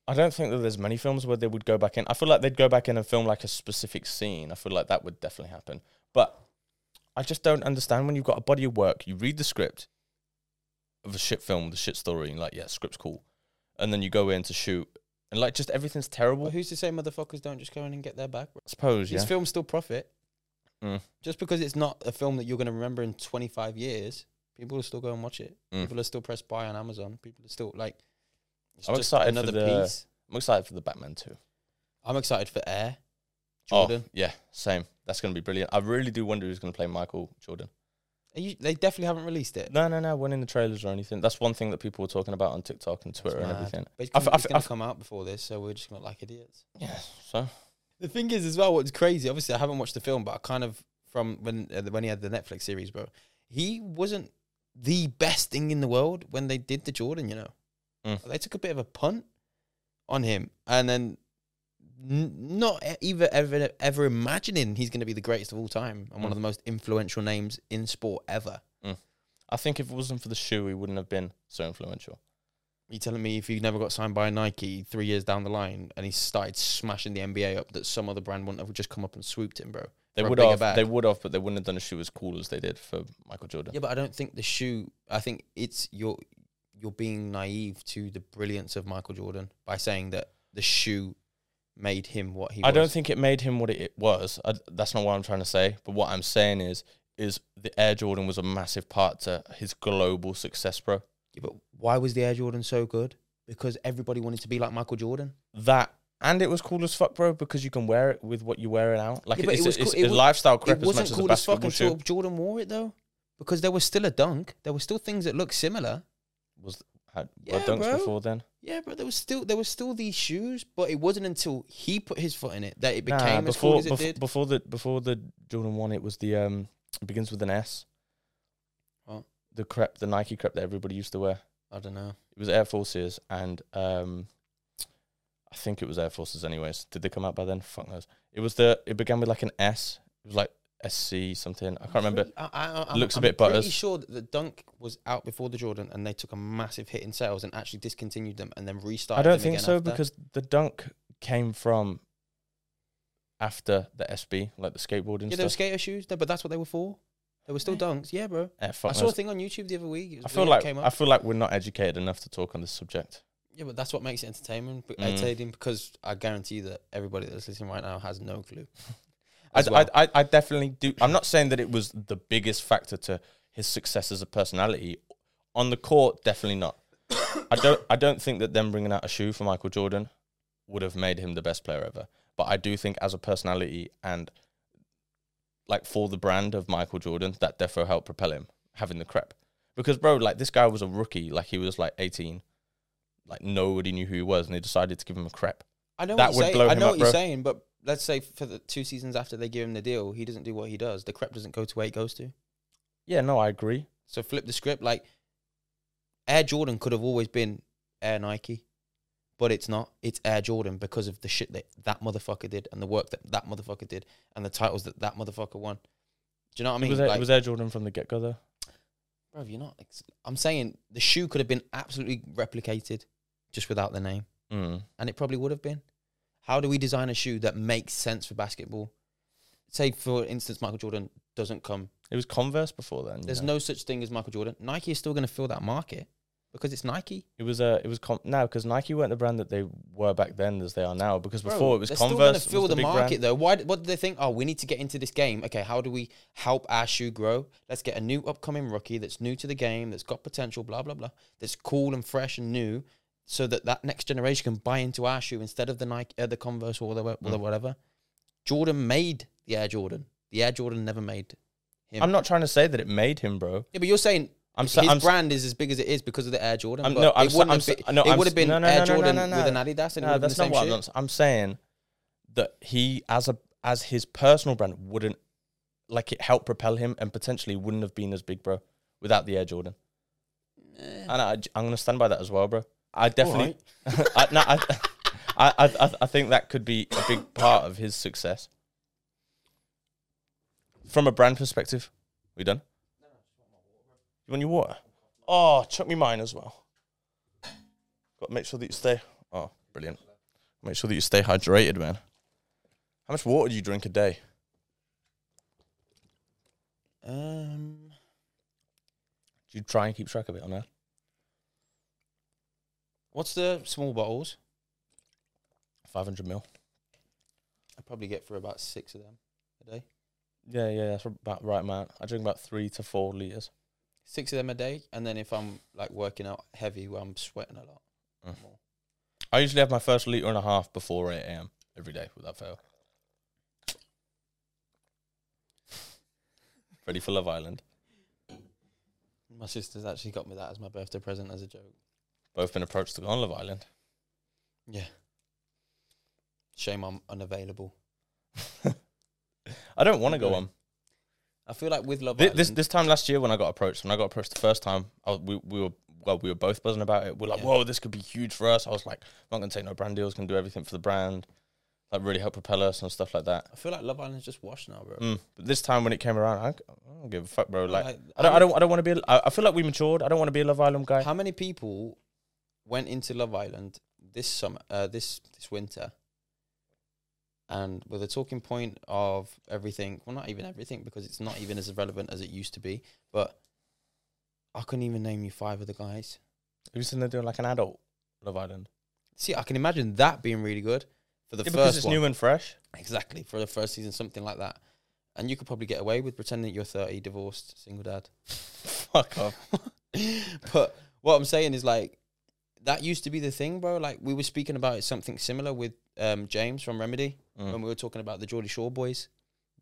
A: I don't think that there's many films where they would go back in. I feel like they'd go back in and film like a specific scene. I feel like that would definitely happen. But I just don't understand when you've got a body of work, you read the script of a shit film with a shit story, and you're like, yeah, script's cool. And then you go in to shoot, and like just everything's terrible.
B: Well, who's to say motherfuckers don't just go in and get their back?
A: I suppose,
B: These
A: yeah.
B: films still profit.
A: Mm.
B: Just because it's not a film that you're going to remember in 25 years, people will still go and watch it.
A: Mm.
B: People are still press buy on Amazon. People are still like, it's
A: I'm
B: just
A: excited for
B: another
A: the-
B: piece.
A: I'm excited for the Batman too.
B: I'm excited for Air.
A: Oh,
B: Jordan.
A: yeah, same. That's going to be brilliant. I really do wonder who's going to play Michael Jordan.
B: Are you, they definitely haven't released it.
A: No, no, no. When in the trailers or anything. That's one thing that people were talking about on TikTok and Twitter and
B: mad.
A: everything.
B: But it's
A: I've-
B: going
A: I've-
B: to
A: I've-
B: come out before this, so we're just going to like idiots.
A: Yeah. So
B: The thing is, as well, what's crazy, obviously, I haven't watched the film, but I kind of, from when, uh, when he had the Netflix series, bro, he wasn't the best thing in the world when they did the Jordan, you know.
A: Mm.
B: They took a bit of a punt on him, and then n- not e- either ever ever imagining he's going to be the greatest of all time and
A: Mm.
B: one of the most influential names in sport ever.
A: I think if it wasn't for the shoe, he wouldn't have been so influential.
B: You telling me if he never got signed by Nike three years down the line and he started smashing the NBA up, that some other brand wouldn't have just come up and swooped him, bro?
A: They
B: For a
A: would
B: bigger
A: have.
B: bag.
A: They would have, but they wouldn't have done a shoe as cool as they did for Michael Jordan.
B: Yeah, but I don't think the shoe. I think it's you're you're being naive to the brilliance of Michael Jordan by saying that the shoe made him what he.
A: I
B: was.
A: don't think it made him what it was. I, that's not what I'm trying to say. But what I'm saying is, is the Air Jordan was a massive part to his global success, bro.
B: Yeah, but why was the Air Jordan so good? Because everybody wanted to be like Michael Jordan.
A: That. And it was cool as fuck, bro, because you can wear it with what you're wearing out. Like
B: Yeah,
A: it,
B: but
A: it's,
B: it was
A: it's
B: cool- it
A: a
B: wa-
A: lifestyle
B: It
A: crap as
B: wasn't
A: much as a
B: cool as fuck
A: basketball shoe.
B: until Jordan wore it though, because there was still a dunk. There were still things that looked similar.
A: Was had
B: Yeah,
A: were dunks
B: bro.
A: before then?
B: Yeah, but there was still there was still these shoes, but it wasn't until he put his foot in it that it
A: Nah,
B: became as cool as it
A: before,
B: did.
A: before the before the Jordan one, it was the um it begins with an S.
B: What?
A: The crep, the Nike crep that everybody used to wear.
B: I don't know.
A: It was Air Forces, and um, I think it was Air Forces. Anyways, did they come out by then? Fuck knows. It was the. It began with like an S. It was like SC something. I can't remember.
B: I, I, I,
A: Looks a
B: I'm
A: bit
B: pretty
A: butters.
B: sure that the Dunk was out before the Jordan, and they took a massive hit in sales and actually discontinued them and then restarted.
A: I don't
B: them
A: think
B: again
A: so
B: after.
A: because the dunk came from after the SB, like the skateboarding
B: yeah, they were
A: stuff.
B: skater shoes, though, but that's what they were for. They were still Dunks, yeah, bro.
A: Eh, fuck
B: I saw a
A: knows.
B: thing on YouTube the other week. It was
A: I
B: the
A: feel
B: one that
A: like
B: came
A: I
B: up.
A: feel like we're not educated enough to talk on this subject.
B: yeah, but that's what makes it entertainment, but
A: Mm.
B: entertaining because I guarantee that everybody that's listening right now has no clue.
A: I,
B: as well.
A: I, I, I definitely do. I'm not saying that it was the biggest factor to his success as a personality on the court. Definitely not. I don't. I don't think that them bringing out a shoe for Michael Jordan would have made him the best player ever. But I do think as a personality and like for the brand of Michael Jordan, that defo helped propel him having the crep. Because bro, like this guy was a rookie. Like he was like 18. Like nobody knew who he was, and they decided to give him a crep.
B: I know
A: That
B: what
A: would
B: you're saying.
A: blow
B: I
A: him
B: know
A: up,
B: what you're
A: bro.
B: saying, but let's say for the two seasons after they give him the deal, he doesn't do what he does. The crep doesn't go to where it goes to.
A: Yeah, no, I agree.
B: So flip the script. Like Air Jordan could have always been Air Nike, but it's not. It's Air Jordan because of the shit that that motherfucker did and the work that that motherfucker did and the titles that that motherfucker won. Do you know what I mean?
A: was, Air,
B: Like-
A: was Air Jordan from the get go though?
B: Bro, you're not. Ex- I'm saying the shoe could have been absolutely replicated just without the name,
A: Mm.
B: and it probably would have been. How do we design a shoe that makes sense for basketball? Say, for instance, Michael Jordan doesn't come.
A: It was Converse before then.
B: There's
A: yeah.
B: no such thing as Michael Jordan. Nike is still going to fill that market because it's Nike.
A: It was uh, it was com- now because Nike weren't the brand that they were back then as they are now. Because
B: Bro,
A: before it was
B: they're
A: Converse.
B: Still
A: was
B: going to fill the,
A: big brand.
B: market though. Why? d- What do they think? Oh, we need to get into this game. Okay, how do we help our shoe grow? Let's get a new upcoming rookie that's new to the game, that's got potential, blah blah blah, that's cool and fresh and new, so that that next generation can buy into our shoe instead of the Nike, uh, the Converse or the, or the
A: Mm.
B: whatever. Jordan made the Air Jordan. The Air Jordan never made. him.
A: I'm not trying to say that it made him, bro.
B: Yeah, but you're saying.
A: I'm
B: his
A: sa- I'm s-
B: brand is as big as it is because of the Air Jordan.
A: I'm-
B: but
A: no, I'm
B: it
A: sa-
B: wouldn't
A: I'm
B: have
A: sa-
B: been-
A: no,
B: it
A: I'm
B: would have
A: s-
B: been
A: no, no,
B: Air
A: no, no,
B: Jordan
A: no, no.
B: with an Adidas, and it
A: No,
B: would have been the
A: that's not
B: same
A: what
B: shit.
A: I'm, not- I'm saying. That he, as a as his personal brand, wouldn't like it helped propel him, and potentially wouldn't have been as big, bro, without the Air Jordan. And I, I'm gonna stand by that as well, bro. I definitely, I, no, I, I, I, I- I think that could be a big part of his success. From a brand perspective, we done. You want your water? Oh, chuck me mine as well. Got to make sure that you stay. Oh, brilliant. Make sure that you stay hydrated, man. How much water do you drink a day?
B: Um,
A: Do you try and keep track of it on there?
B: what's the small bottles?
A: 500 mil.
B: I probably get for about six of them a day.
A: Yeah, yeah, that's about right, man. I drink about three to four liters.
B: Six of them a day, and then if I'm like working out heavy, where I'm sweating a lot.
A: Mm.
B: more.
A: I usually have my first liter and a half before 8 a.m. every day without fail. Ready for Love Island.
B: My sister's actually got me that as my birthday present as a joke.
A: Both been approached to go on Love Island.
B: Yeah. Shame I'm unavailable.
A: I don't want to go
B: Really?
A: on.
B: I feel like with Love
A: Thi-
B: Island,
A: This, this time last year when I got approached, when I got approached the first time, I was, we we were well we were both buzzing about it. We are like,
B: Yeah.
A: whoa, this could be huge for us. I was like, I'm not gonna take no brand deals, gonna do everything for the brand, like really help propel us and stuff like that.
B: I feel like Love Island's just washed now, bro.
A: Mm. But this time when it came around, I, don't- I don't give a fuck, bro. Like,
B: Like,
A: I don't, I don't, I don't want to be. a- I I feel like we matured. I don't want to be a Love Island guy.
B: How many people went into Love Island this summer, uh, this this winter, and with a talking point of everything? Well, not even everything because it's not even as relevant as it used to be. But I couldn't even name you five of the guys.
A: Who's in there doing like an adult Love Island?
B: See, I can imagine that being really good for the
A: Yeah, because
B: first
A: it's
B: one.
A: new and fresh.
B: Exactly for the first season, something like that. And you could probably get away with pretending that you're thirty, divorced, single dad.
A: Fuck off.
B: but what I'm saying is like that used to be the thing, bro. Like we were speaking about something similar with um, James from Remedy
A: Mm.
B: when we were talking about the Geordie Shore boys.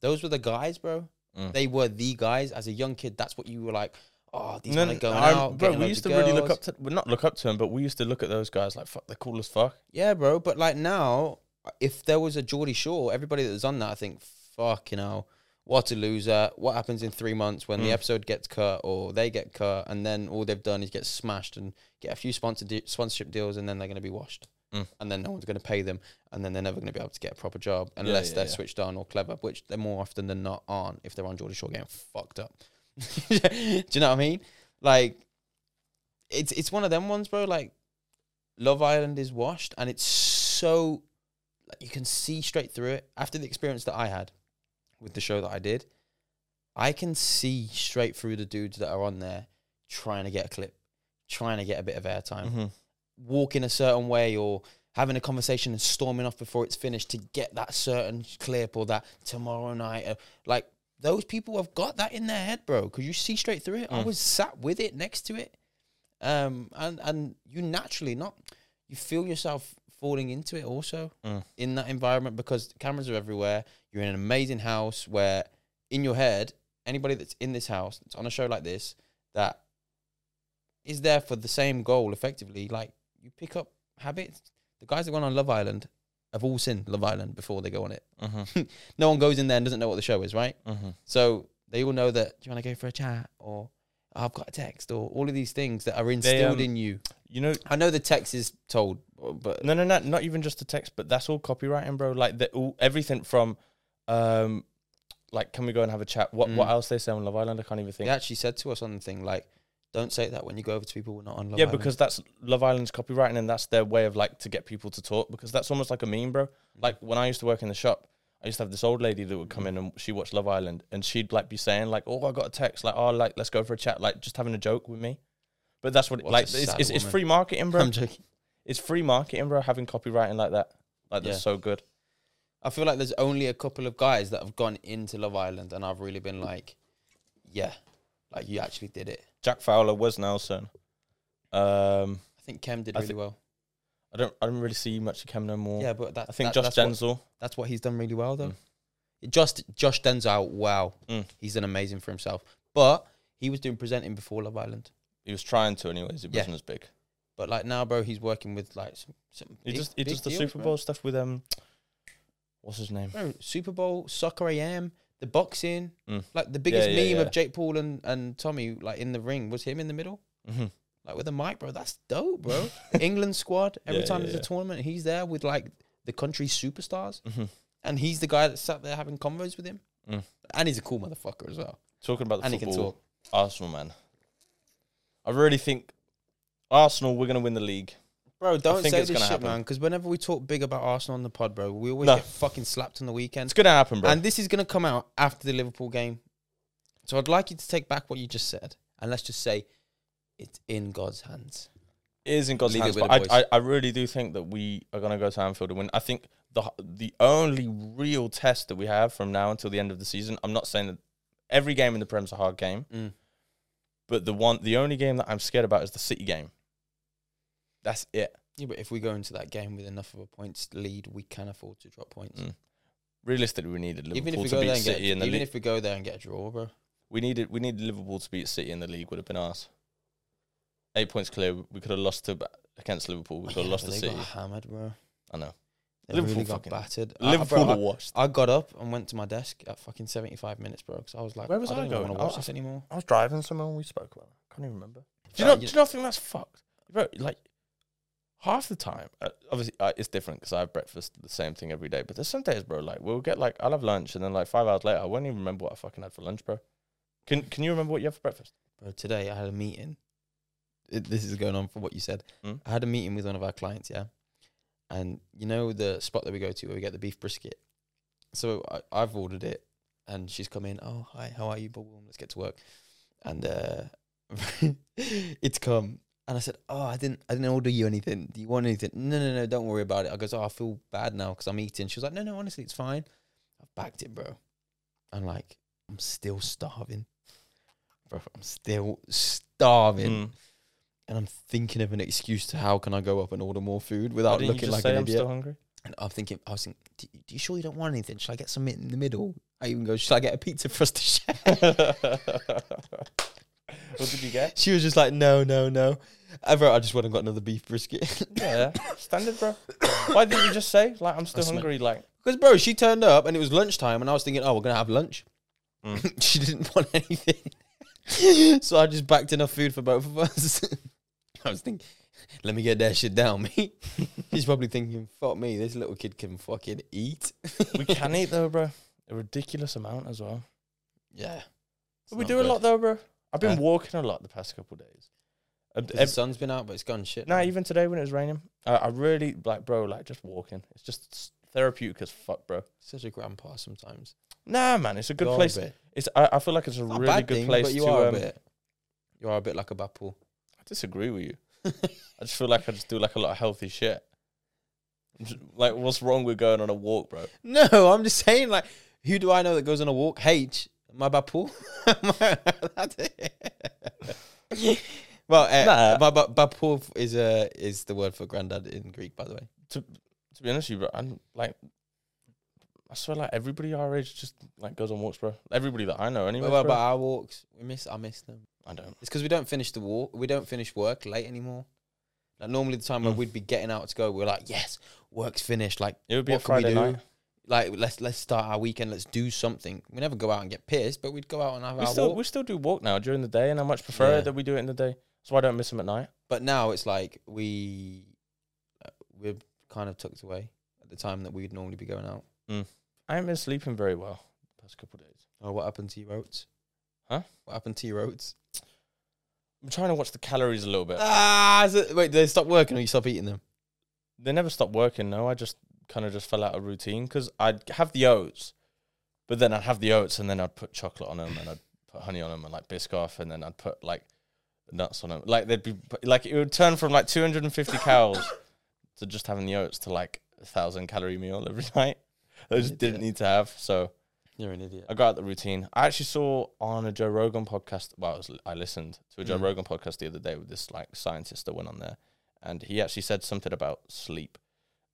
B: Those were the guys, bro.
A: Mm.
B: They were the guys. As a young kid, that's what you were like. Oh, these men are going
A: I'm-
B: out.
A: bro.
B: getting
A: We
B: loads
A: used to
B: of
A: really look
B: girls."
A: up to, well, not look up to him, but we used to look at those guys like, fuck, they're cool as fuck.
B: Yeah, bro. But like now, if there was a Geordie Shore, everybody that was on that, I think, fucking hell, what a loser. What happens in three months when the episode gets cut or they get cut and then all they've done is get smashed and get a few sponsor de- sponsorship deals and then they're going to be washed.
A: Mm.
B: And then no one's going to pay them and then they're never going to be able to get a proper job
A: Yeah,
B: unless
A: yeah,
B: they're
A: yeah.
B: switched on or clever, which they more often than not aren't if they're on Geordie Shore getting fucked up. Do you know what I mean? Like, it's it's one of them ones, bro. Like, Love Island is washed, and it's so like you can see straight through it. After the experience that I had with the show that I did, I can see straight through the dudes that are on there trying to get a clip, trying to get a bit of airtime, walking a certain way or having a conversation and storming off before it's finished to get that certain clip or that tomorrow night. uh, Like those people have got that in their head, bro, because you see straight through it. I
A: Mm.
B: was sat with it next to it, um, and and you naturally not you feel yourself falling into it also
A: Mm.
B: in that environment because cameras are everywhere. You're in an amazing house where in your head anybody that's in this house that's on a show like this that is there for the same goal effectively like you pick up habits the guys that went on love island have all seen love island before they go on it
A: Mm-hmm.
B: no one goes in there and doesn't know what the show is right
A: mm-hmm.
B: so they all know that do you want to go for a chat or "Oh, I've got a text or all of these things that are instilled
A: um,
B: in you.
A: You know,
B: I know the text is told, but
A: no, no, no, not even just the text, but that's all copywriting, bro. Like the, all, everything from, um, like, can we go and have a chat? What what
B: Mm.
A: else they say on Love Island? I can't even think.
B: they actually said to us on the thing like, "Don't say that when you go over to people we're not on." Love
A: yeah,
B: Island."
A: because that's Love Island's copywriting, and that's their way of like to get people to talk. Because that's almost like a meme,
B: Mm.
A: bro. Like when I used to work in the shop, I used to have this old lady that would come in and she watched Love Island, and she'd like be saying like, "Oh, I got a text, like, oh, like let's go for a chat, like just having a joke with me." But that's what, it
B: What a
A: like it's,
B: sad
A: it's, it's
B: woman.
A: free marketing, bro.
B: I'm joking.
A: It's free marketing, bro. Having copywriting like that, like that's
B: Yeah.
A: so good.
B: I feel like there's only a couple of guys that have gone into Love Island, and I've really been like, "Yeah, like you actually did it."
A: Jack Fowler was Nelson. Um,
B: I think Kem did
A: I
B: really
A: thi-
B: well.
A: I don't, I don't really see much of Cam no more.
B: Yeah, but that,
A: I think
B: that-
A: Josh
B: that's what-
A: Denzel.
B: that's what he's done really well though. Just Josh Denzel, wow,
A: Mm.
B: he's done amazing for himself. But he was doing presenting before Love Island.
A: He was trying to, anyways. He
B: Yeah.
A: wasn't as big.
B: But like now, bro, he's working with like some. some
A: He
B: big-
A: does he
B: big
A: does the
B: deals,
A: Super Bowl stuff with um what's his name?
B: bro. Bro, Super Bowl, soccer AM, the boxing,
A: Mm.
B: like the biggest
A: yeah,
B: meme
A: yeah.
B: of Jake Paul and and Tommy like in the ring was him in the middle,
A: Mhm.
B: like with a mic, bro. That's dope, bro. England squad. Every
A: Yeah,
B: time
A: yeah,
B: there's
A: yeah.
B: a tournament, he's there with like the country's superstars,
A: Mhm.
B: and he's the guy that sat there having convos with him.
A: Mm.
B: And he's a cool motherfucker as well.
A: Talking about the
B: and he can
A: football,
B: talk.
A: Arsenal man. I really think Arsenal we're gonna win the league.
B: Bro, don't
A: think
B: say
A: it's
B: this shit,
A: gonna happen.
B: man. Because whenever we talk big about Arsenal on the pod, bro, we always
A: No.
B: get fucking slapped on the
A: It's
B: weekend.
A: gonna happen, bro.
B: And this is gonna come out after the Liverpool game, so I'd like you to take back what you just said, and let's just say it's in God's hands.
A: it is in God's
B: Leave it
A: hands,
B: with
A: but
B: the
A: I, I, I really do think that we are gonna go to Anfield and win. I think the the only real test that we have from now until the end of the season, I'm not saying that every game in the Prem's a hard game,
B: Mm.
A: but the one the only game that I'm scared about is the City game. That's it.
B: Yeah, but if we go into that game with enough of a points lead, we can afford to drop points.
A: Mm. Realistically, we needed Liverpool
B: Even if we
A: to
B: go
A: beat
B: there and get,
A: City in the
B: even
A: league.
B: if we go there and get a draw, bro.
A: We needed we needed Liverpool to beat City in the league would have been ours. Eight points clear. We could have lost to against Liverpool. We could have lost to
B: they
A: City.
B: got hammered, bro.
A: I know.
B: They
A: Liverpool
B: really got
A: fucking-
B: battered. I- I- bro,
A: Liverpool
B: I-
A: are washed.
B: I got up and went to my desk at fucking 75 minutes, bro, because I was like,
A: Where was
B: I
A: I
B: don't even
A: going?
B: want
A: I
B: to watch
A: was-
B: this anymore.
A: I was driving somewhere when we spoke about. It. I can't even remember. Do you
B: Bro,
A: not? Do you not think that's fucked, bro? Like half the time, uh, obviously uh, it's different because I have breakfast the same thing every day. But there's some days, bro. Like we'll get like I'll have lunch and then like five hours later I won't even remember what I fucking had for lunch, bro. Can Can you remember what you had for breakfast?
B: Bro, today I had a meeting. It, this is going on for what you said.
A: Hmm?
B: I had a meeting with one of our clients, yeah. And you know the spot that we go to where we get the beef brisket? So I, I've ordered it and she's come in, oh, hi, how are you, Bob? Let's get to work. And uh, it's come. And I said, oh, I didn't, I didn't order you anything. Do you want anything? No, no, no, don't worry about it. I goes, oh, I feel bad now because I'm eating. She was like, no, no, honestly, it's fine. I've backed it, bro. I'm like, I'm still starving. Bro, I'm still starving
A: Mm.
B: and I'm thinking of an excuse to how can I go up and order more food
A: Why
B: without
A: didn't you
B: looking
A: just
B: like
A: say
B: an
A: I'm
B: idiot.
A: still hungry.
B: and I'm thinking, I was thinking, do, do you sure you don't want anything? Should I get some in the middle? I even go, should I get a pizza for us to share?
A: what did you get?
B: She was just like, no, no, no. I wrote, I just went and got another beef brisket.
A: Yeah, standard, bro. Why didn't you just say like I'm still
B: That's me.
A: hungry? Like
B: Because, bro, she turned up and it was lunchtime and I was thinking, oh, we're going to have lunch.
A: Mm.
B: she didn't want anything. so I just backed enough food for both of us. I was thinking, let me get that shit down, me. She's probably thinking, fuck me, this little kid can fucking eat.
A: we can eat though, bro. A ridiculous amount as well.
B: Yeah.
A: But we do a lot though, bro. I've been
B: Yeah.
A: walking a lot the past couple days. Uh,
B: The
A: ev-
B: sun's been out, but it's gone shit.
A: nah,
B: man.
A: even today when it was raining, I, I really like, bro, like just walking. It's just s- therapeutic as fuck, bro.
B: such a grandpa sometimes.
A: Nah, man, it's a good
B: You are a
A: place.
B: bit.
A: It's I, I feel like it's a
B: Not a
A: really
B: bad
A: good
B: thing,
A: place
B: But you
A: to.
B: are
A: um,
B: a bit. You are a bit like a bapu.
A: I disagree with you. I just feel like I just do like a lot of healthy shit. J- Like, what's wrong with going on a walk, bro?
B: no, I'm just saying. Like, who do I know that goes on a walk? H, my bapu. That's it. well, uh, my ba- bapu is uh, is the word for granddad in Greek, by the way.
A: To be honest with you, bro, I'm like, I swear, like everybody our age just like goes on walks, bro. Everybody that I know, anyway.
B: Well,
A: bro.
B: but our walks, we miss. I miss them.
A: I don't.
B: It's because we don't finish the walk. We don't finish work late anymore. Like normally, the time
A: Mm.
B: when we'd be getting out to go, we're like, yes, work's finished. Like
A: It would be
B: What
A: a
B: can we
A: Friday
B: do?
A: night.
B: like let's let's start our weekend. Let's do something. We never go out and get pissed, but we'd go out and have
A: We
B: our
A: still
B: walk.
A: we still do walk now during the day, and I much prefer
B: Yeah.
A: it that we do it in the day. So I don't miss them at night.
B: But now it's like we uh, we're kind of tucked away at the time that we'd normally be going out.
A: I haven't been sleeping very well the past couple of days.
B: Oh, what happened to your oats?
A: Huh?
B: What happened to your oats?
A: I'm trying to watch the calories a little bit.
B: Ah, is it- wait, did they stop working or you stop eating them?
A: They never stopped working. No, I just kind of just fell out of routine because I'd have the oats, but then I'd have the oats and then I'd put chocolate on them and I'd put honey on them and like Biscoff and then I'd put like nuts on them. Like they'd be like it would turn from like 250 calories to just having the oats to like a thousand calorie meal every night. I just didn't need to have so.
B: You're an idiot.
A: I got out the routine. I actually saw on a Joe Rogan podcast. Well, I, was, I listened to a Joe
B: Mm.
A: Rogan podcast the other day with this like scientist that went on there, and he actually said something about sleep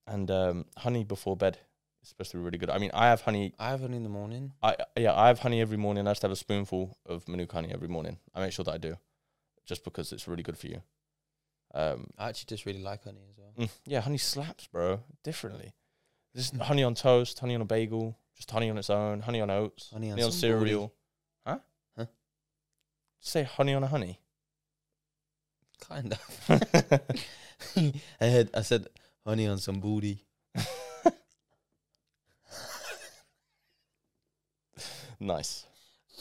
A: and um, honey before bed. It's supposed to be really good. I mean, I have honey.
B: I have one in the morning.
A: I yeah, I have honey every morning. I just have a spoonful of Manuk honey every morning. I make sure that I do, just because it's really good for you. Um,
B: I actually just really like honey as well.
A: mm, yeah, honey slaps, bro. Differently, just
B: Mm.
A: honey on toast, honey on a bagel, just honey on its own, honey on oats.
B: Honey on,
A: Honey on
B: some
A: cereal. Huh?
B: Huh?
A: Say honey on a honey.
B: booty. Kind of. I had I said honey on some booty.
A: nice.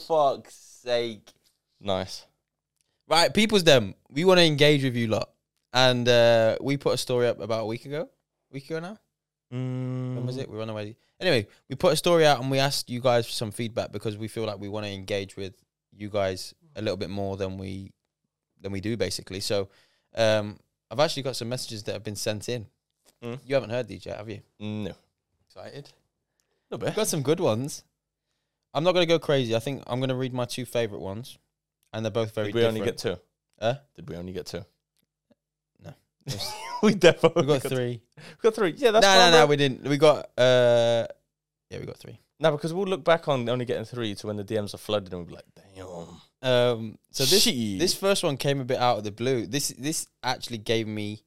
B: Fuck's sake.
A: Nice.
B: Right, people's them. We want to engage with you lot. And uh, we put a story up about a week ago. week ago now?
A: Mm.
B: When was it? We ran away. Anyway, we put a story out and we asked you guys for some feedback because we feel like we want to engage with you guys a little bit more than we than we do basically. So um, I've actually got some messages that have been sent in.
A: Mm.
B: You haven't heard these yet, have you?
A: No.
B: Excited.
A: little
B: We've got some good ones. I'm not gonna go crazy. I think I'm gonna read my two favorite ones, and they're both very.
A: Did we
B: different.
A: only get two?
B: Huh?
A: Did we only get two?
B: No.
A: we definitely
B: We got three.
A: We got three. Yeah,
B: No,
A: that's
B: no,
A: fine,
B: no.
A: bro.
B: We didn't. We got. uh Yeah, we got three.
A: No, because we'll look back on only getting three to when the DMs are flooded and we'll be like, damn.
B: Um. So this
A: Shit.
B: This first one came a bit out of the blue. This this actually gave me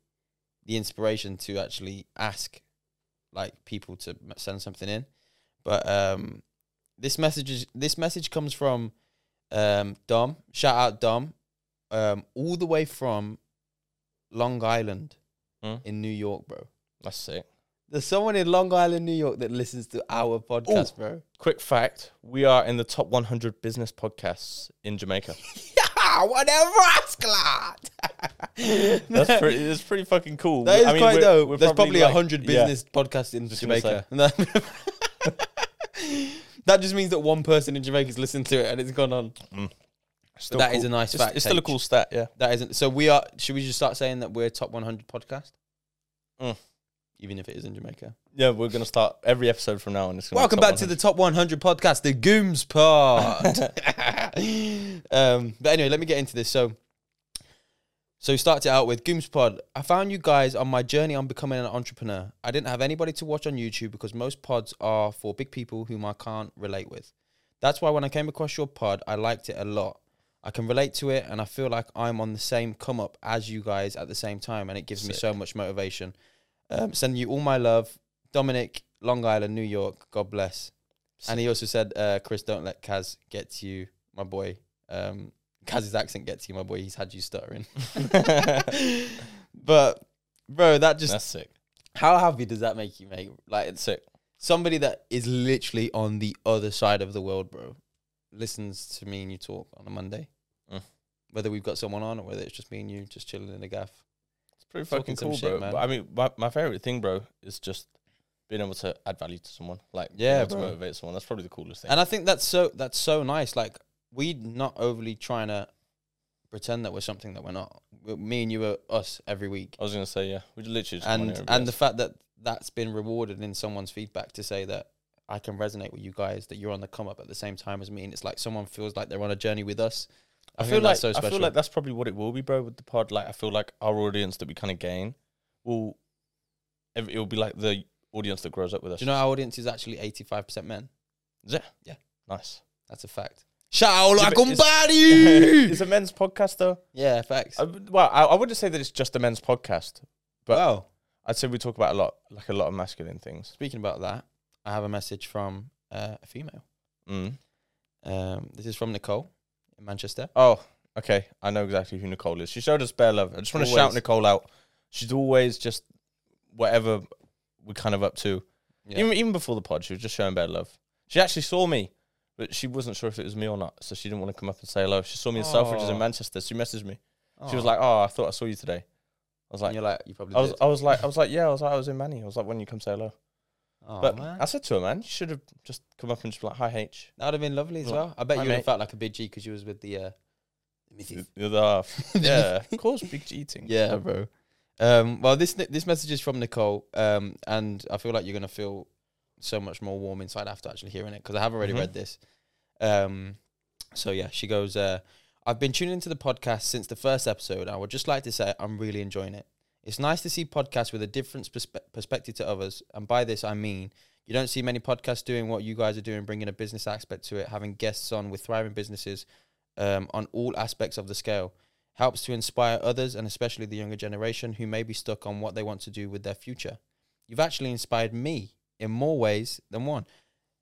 B: the inspiration to actually ask like people to m- send something in. But um this message is this message comes from um Dom. Shout out Dom. Um all the way from Long Island
A: Hmm.
B: in New York, bro.
A: That's sick.
B: There's someone in Long Island, New York that listens to our podcast, bro.
A: Quick fact we are in the top 100 business podcasts in Jamaica.
B: Yeah, whatever, Ascalad.
A: That's pretty, that's pretty fucking cool.
B: That is
A: I mean,
B: quite
A: we're-
B: dope.
A: we're
B: There's probably a
A: like-
B: hundred
A: yeah.
B: business podcasts in
A: Just gonna
B: Jamaica. that just means that one person in Jamaica's listened to it and it's gone on.
A: Still
B: That is a nice
A: It's-
B: fact,
A: It's still a
B: H.
A: cool stat, yeah.
B: That isn't. So we are. Should we just start saying that we're top 100 podcast?
A: Mm.
B: Even if it is in Jamaica.
A: Yeah, we're gonna start every episode from now on. It's gonna be
B: Welcome
A: top
B: back to the top 100 podcast, the Gooms Pod. um, but anyway, let me get into this. So, so we started out with Gooms Pod. I found you guys on my journey on becoming an entrepreneur. I didn't have anybody to watch on YouTube because most pods are for big people whom I can't relate with. That's why when I came across your pod, I liked it a lot. I can relate to it, and I feel like I'm on the same come up as you guys at the same time, and it gives me so much motivation. Um, sending you all my love, Dominic, Long Island, New York. God bless. And he also said, uh, Chris, don't let Kaz get to you, my boy. Um, Kaz's accent gets to you, my boy. He's had you stuttering. but, bro, that just,
A: That's sick.
B: how happy does that make you, mate? Like, it's
A: Sick.
B: somebody that is literally on the other side of the world, bro, listens to me and you talk on a Monday.
A: Mm.
B: Whether we've got someone on or whether it's just me and you just chilling in the gaff.
A: It's pretty fucking
B: Talking some
A: cool,
B: shit,
A: bro.
B: man.
A: But I mean, my, my favorite thing, bro, is just being able to add value to someone. Like, being
B: Yeah,
A: able
B: bro.
A: to motivate someone. That's probably the coolest thing.
B: And I think that's so that's so nice. Like we not overly trying to pretend that we're something that we're not. We- Me and you are us every week,
A: I was gonna say, yeah, we literally Oh, just come on
B: and
A: here be
B: and the
A: like,
B: fact that that's been rewarded in someone's feedback to say that I can resonate with you guys, that you're on the come up at the same time as me, and it's like someone feels like they're on a journey with us. I,
A: I
B: think
A: feel like
B: that's so
A: I
B: special.
A: feel like that's probably what it will be, bro. With the pod, like I feel like our audience that we kind of gain will, it will be like the audience that grows up with us.
B: Do you know our audience is actually eighty five percent men?
A: nice.
B: That's a fact. Shout out
A: Yeah,
B: like
A: but it's-
B: somebody.
A: it's a men's podcast, though.
B: yeah, facts.
A: I, well, I, I wouldn't say that it's just a men's podcast. but-
B: wow.
A: I'd say we talk about a lot, like a lot of masculine things.
B: Speaking about that, I have a message from uh, a female.
A: Mm.
B: Um, this is from Nicole in Manchester.
A: Oh, okay. I know exactly who Nicole is. She showed us bare love. I just want to shout
B: Always.
A: Nicole out. She's always just whatever we're kind of up to.
B: Yeah.
A: Even even before the pod, she was just showing bare love. She actually saw me, but she wasn't sure if it was me or not, so she didn't want to come up and say hello. She saw me in Selfridges in
B: Aw.
A: Manchester. She messaged me. She was
B: Aw.
A: like, "Oh, I thought I saw you today." I was
B: And
A: like,
B: you're like, you probably
A: I was,
B: did.
A: I was like, I was like, yeah, I was like, I was in Manny. I was like, when you come say hello.
B: Aw,
A: but
B: Oh, man.
A: I said to her, man, you should have just come up and just be like, hi, H.
B: that would have been lovely as
A: Like,
B: well. I bet
A: "Hi,
B: you would
A: mate."
B: have felt like a big G because you was with the. Uh,
A: The other half. ah, yeah, of course, big G eating.
B: Yeah, bro. Um, well, this this message is from Nicole, um, and I feel like you're gonna feel so much more warm inside after actually hearing it because I have already
A: Mhm.
B: read this. Um, so yeah, she goes. Uh, I've been tuning into the podcast since the first episode. I would just like to say I'm really enjoying it. It's nice to see podcasts with a different perspe- perspective to others, and by this I mean you don't see many podcasts doing what you guys are doing, bringing a business aspect to it, having guests on with thriving businesses um, on all aspects of the scale helps to inspire others and especially the younger generation who may be stuck on what they want to do with their future. You've actually inspired me in more ways than one,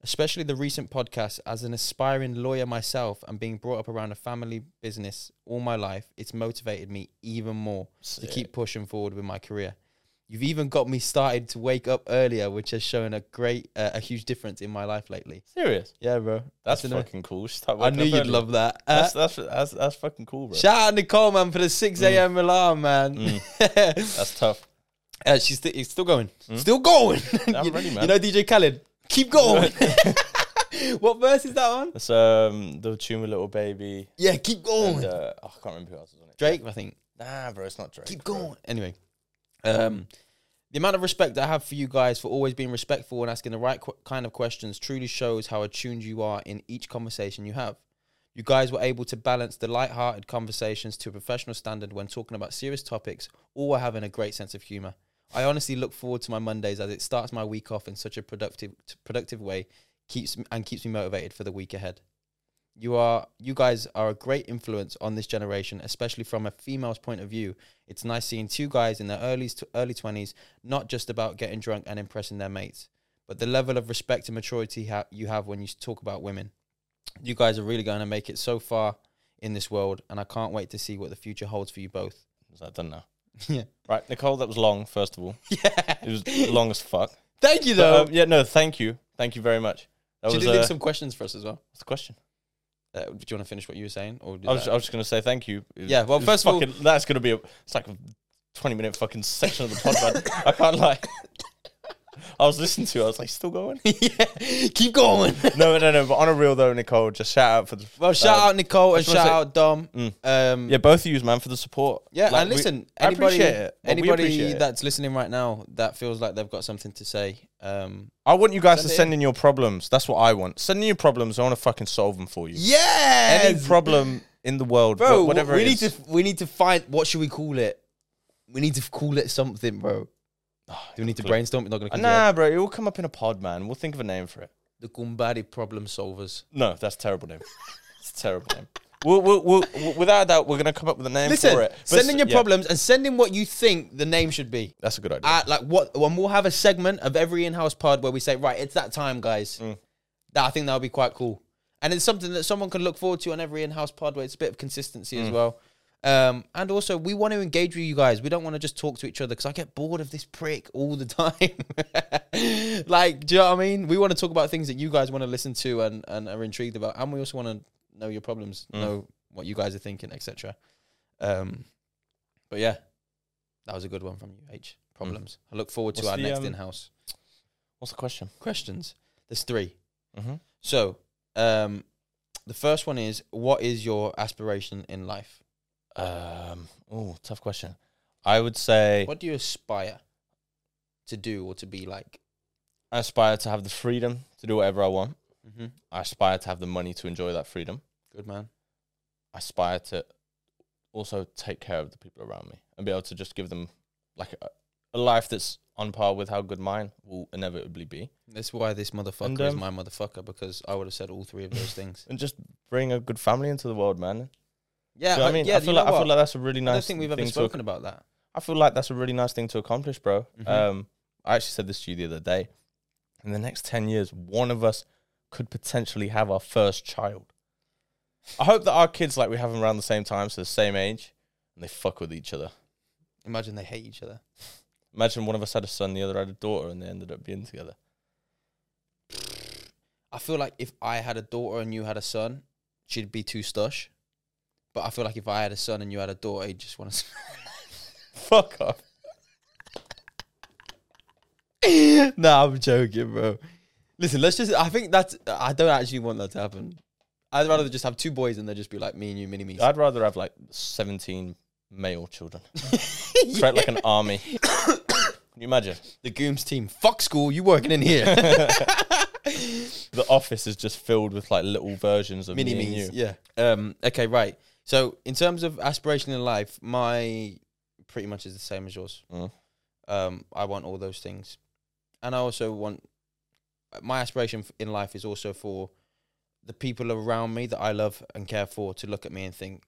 B: especially the recent podcast. As an aspiring lawyer myself and being brought up around a family business all my life, it's motivated me even more to keep pushing forward with my career. You've even got me started to wake up earlier, which has shown a great, uh, a huge difference in my life lately.
A: serious.
B: Yeah, bro.
A: That's
B: an-
A: fucking cool. She started
B: I
A: waking
B: knew
A: up
B: you'd
A: early.
B: love that. Uh,
A: That's, that's that's that's fucking cool, bro.
B: Shout out Nicole, man, for the 6 a.m. alarm, man.
A: That's tough.
B: uh, she's sti- it's still going. Still going.
A: I'm
B: you,
A: ready,
B: you
A: man.
B: know DJ Khaled? Keep going. what verse is that on?
A: That's um the tune with little baby.
B: Yeah, keep going.
A: And, uh, oh, I can't remember who else was on it.
B: Drake, I think.
A: Nah, bro, it's not Drake.
B: Keep
A: bro.
B: going. Anyway, um, the amount of respect I have for you guys for always being respectful and asking the right qu- kind of questions truly shows how attuned you are in each conversation you have. You guys were able to balance the light-hearted conversations to a professional standard when talking about serious topics, all while having a great sense of humor. I honestly look forward to my Mondays as it starts my week off in such a productive, t- productive way, keeps and keeps me motivated for the week ahead. You are you guys are a great influence on this generation, especially from a female's point of view. It's nice seeing two guys in their early early twenties, not just about getting drunk and impressing their mates, but the level of respect and maturity ha- you have when you talk about women. You guys are really going to make it so far in this world, and I can't wait to see what the future holds for you both.
A: Is that done now?
B: Yeah.
A: Right, Nicole, that was long. First of all,
B: Yeah.
A: it was long as fuck.
B: Thank you,
A: But,
B: though.
A: um, yeah, no, thank you, thank you very much. That
B: she
A: was
B: did leave
A: uh,
B: some questions for us as well.
A: what's the question.
B: Uh, do you want to finish what you were saying, or did
A: I was,
B: that-
A: I was just gonna say thank you. It-
B: Yeah, well,
A: it was
B: first of all-
A: fucking, that's gonna be a, it's like a twenty minute fucking section of the pod. man. I can't lie. I was listening to. it, I was like, still going.
B: yeah, keep going.
A: no, no, no. But on a real though, Nicole, just shout out for the
B: Well, shout
A: um,
B: out Nicole and
A: just wanna
B: shout
A: say-
B: out Dom. Um,
A: Yeah, both of you, man, for the support.
B: Yeah,
A: Like,
B: and
A: we-
B: listen,
A: I
B: anybody,
A: appreciate it. Well, we appreciate
B: anybody
A: it.
B: that's listening right now that feels like they've got something to say, um,
A: I want you guys
B: Send
A: to
B: it
A: send in your problems. That's what I want. Send in your problems. I want to fucking solve them for you.
B: yeah,
A: Any problem in the world,
B: bro,
A: bro, whatever
B: we
A: it
B: need
A: is.
B: to we need to find what should we call it? We need to call it something, bro. Do we need to
A: clue.
B: brainstorm? Ah, It's not gonna come to your head.
A: Nah, bro, it will come up in a pod, man. We'll think of a name for it.
B: the Gumbari problem solvers.
A: No, that's a terrible name. it's a terrible name. We'll, we'll, we'll, we'll- without a doubt, we're gonna come up with a name
B: Listen,
A: for it. But
B: send in
A: s-
B: your
A: yeah,
B: problems and send in what you think the name should be.
A: That's a good idea.
B: Uh, like what? And we'll have a segment of every in-house pod where we say, right, it's that time, guys. That I think that would be quite cool, and it's something that someone can look forward to on every in-house pod where it's a bit of consistency as well. Um, and also, we want to engage with you guys. We don't want to just talk to each other because I get bored of this prick all the time. like, do you know what I mean? We want to talk about things that you guys want to listen to and, and are intrigued about, and we also want to know your problems,
A: Mm.
B: know what you guys are thinking, etc. Um, but yeah, that was a good one from you, H. Problems. I look forward to
A: What's
B: our
A: the,
B: next
A: um,
B: in-house
A: What's the question?
B: questions. There's three.
A: Mm-hmm.
B: So, um, the first one is, what is your aspiration in life?
A: Um, oh, tough question. I would say
B: What do you aspire to do or to be like?
A: I aspire to have the freedom to do whatever I want.
B: Mm-hmm.
A: I aspire to have the money to enjoy that freedom.
B: Good man.
A: I aspire to also take care of the people around me and be able to just give them like a, a life that's on par with how good mine will inevitably be,
B: That's why this motherfucker
A: And,
B: is
A: um,
B: my motherfucker because I would have said all three of those things.
A: and just bring a good family into the world, man.
B: Yeah,
A: Do you know what I mean?
B: yeah.
A: I feel
B: you
A: like
B: know
A: I feel
B: what?
A: like that's a really nice.
B: I don't think we've ever
A: thing to
B: spoken about that.
A: I feel like that's a really nice thing to accomplish, bro.
B: Mhm.
A: Um, I actually said this to you the other day. in the next 10 years, one of us could potentially have our first child. I hope that our kids, like we have them around the same time, so the same age, and they fuck with each other.
B: Imagine they hate each other.
A: Imagine one of us had a son, the other had a daughter, and they ended up being together.
B: I feel like if I had a daughter and you had a son, she'd be too stush. But I feel like if I had a son and you had a daughter, you'd just want to.
A: Fuck off.
B: nah, I'm joking, bro. Listen, let's just. I think that's. I don't actually want that to happen. I'd rather just have two boys and they'd just be like me and you, mini me.
A: I'd rather have like 17 male children. Create like an army. Can you imagine?
B: The Gooms team. Fuck school. You working in here?
A: The office is just filled with like little versions of
B: mini
A: me and
B: me's.
A: you.
B: Yeah. Um. Okay. Right. So in terms of aspiration in life, my pretty much is the same as yours.
A: Mm.
B: Um. I want all those things, and I also want my aspiration f- in life is also for the people around me that I love and care for to look at me and think,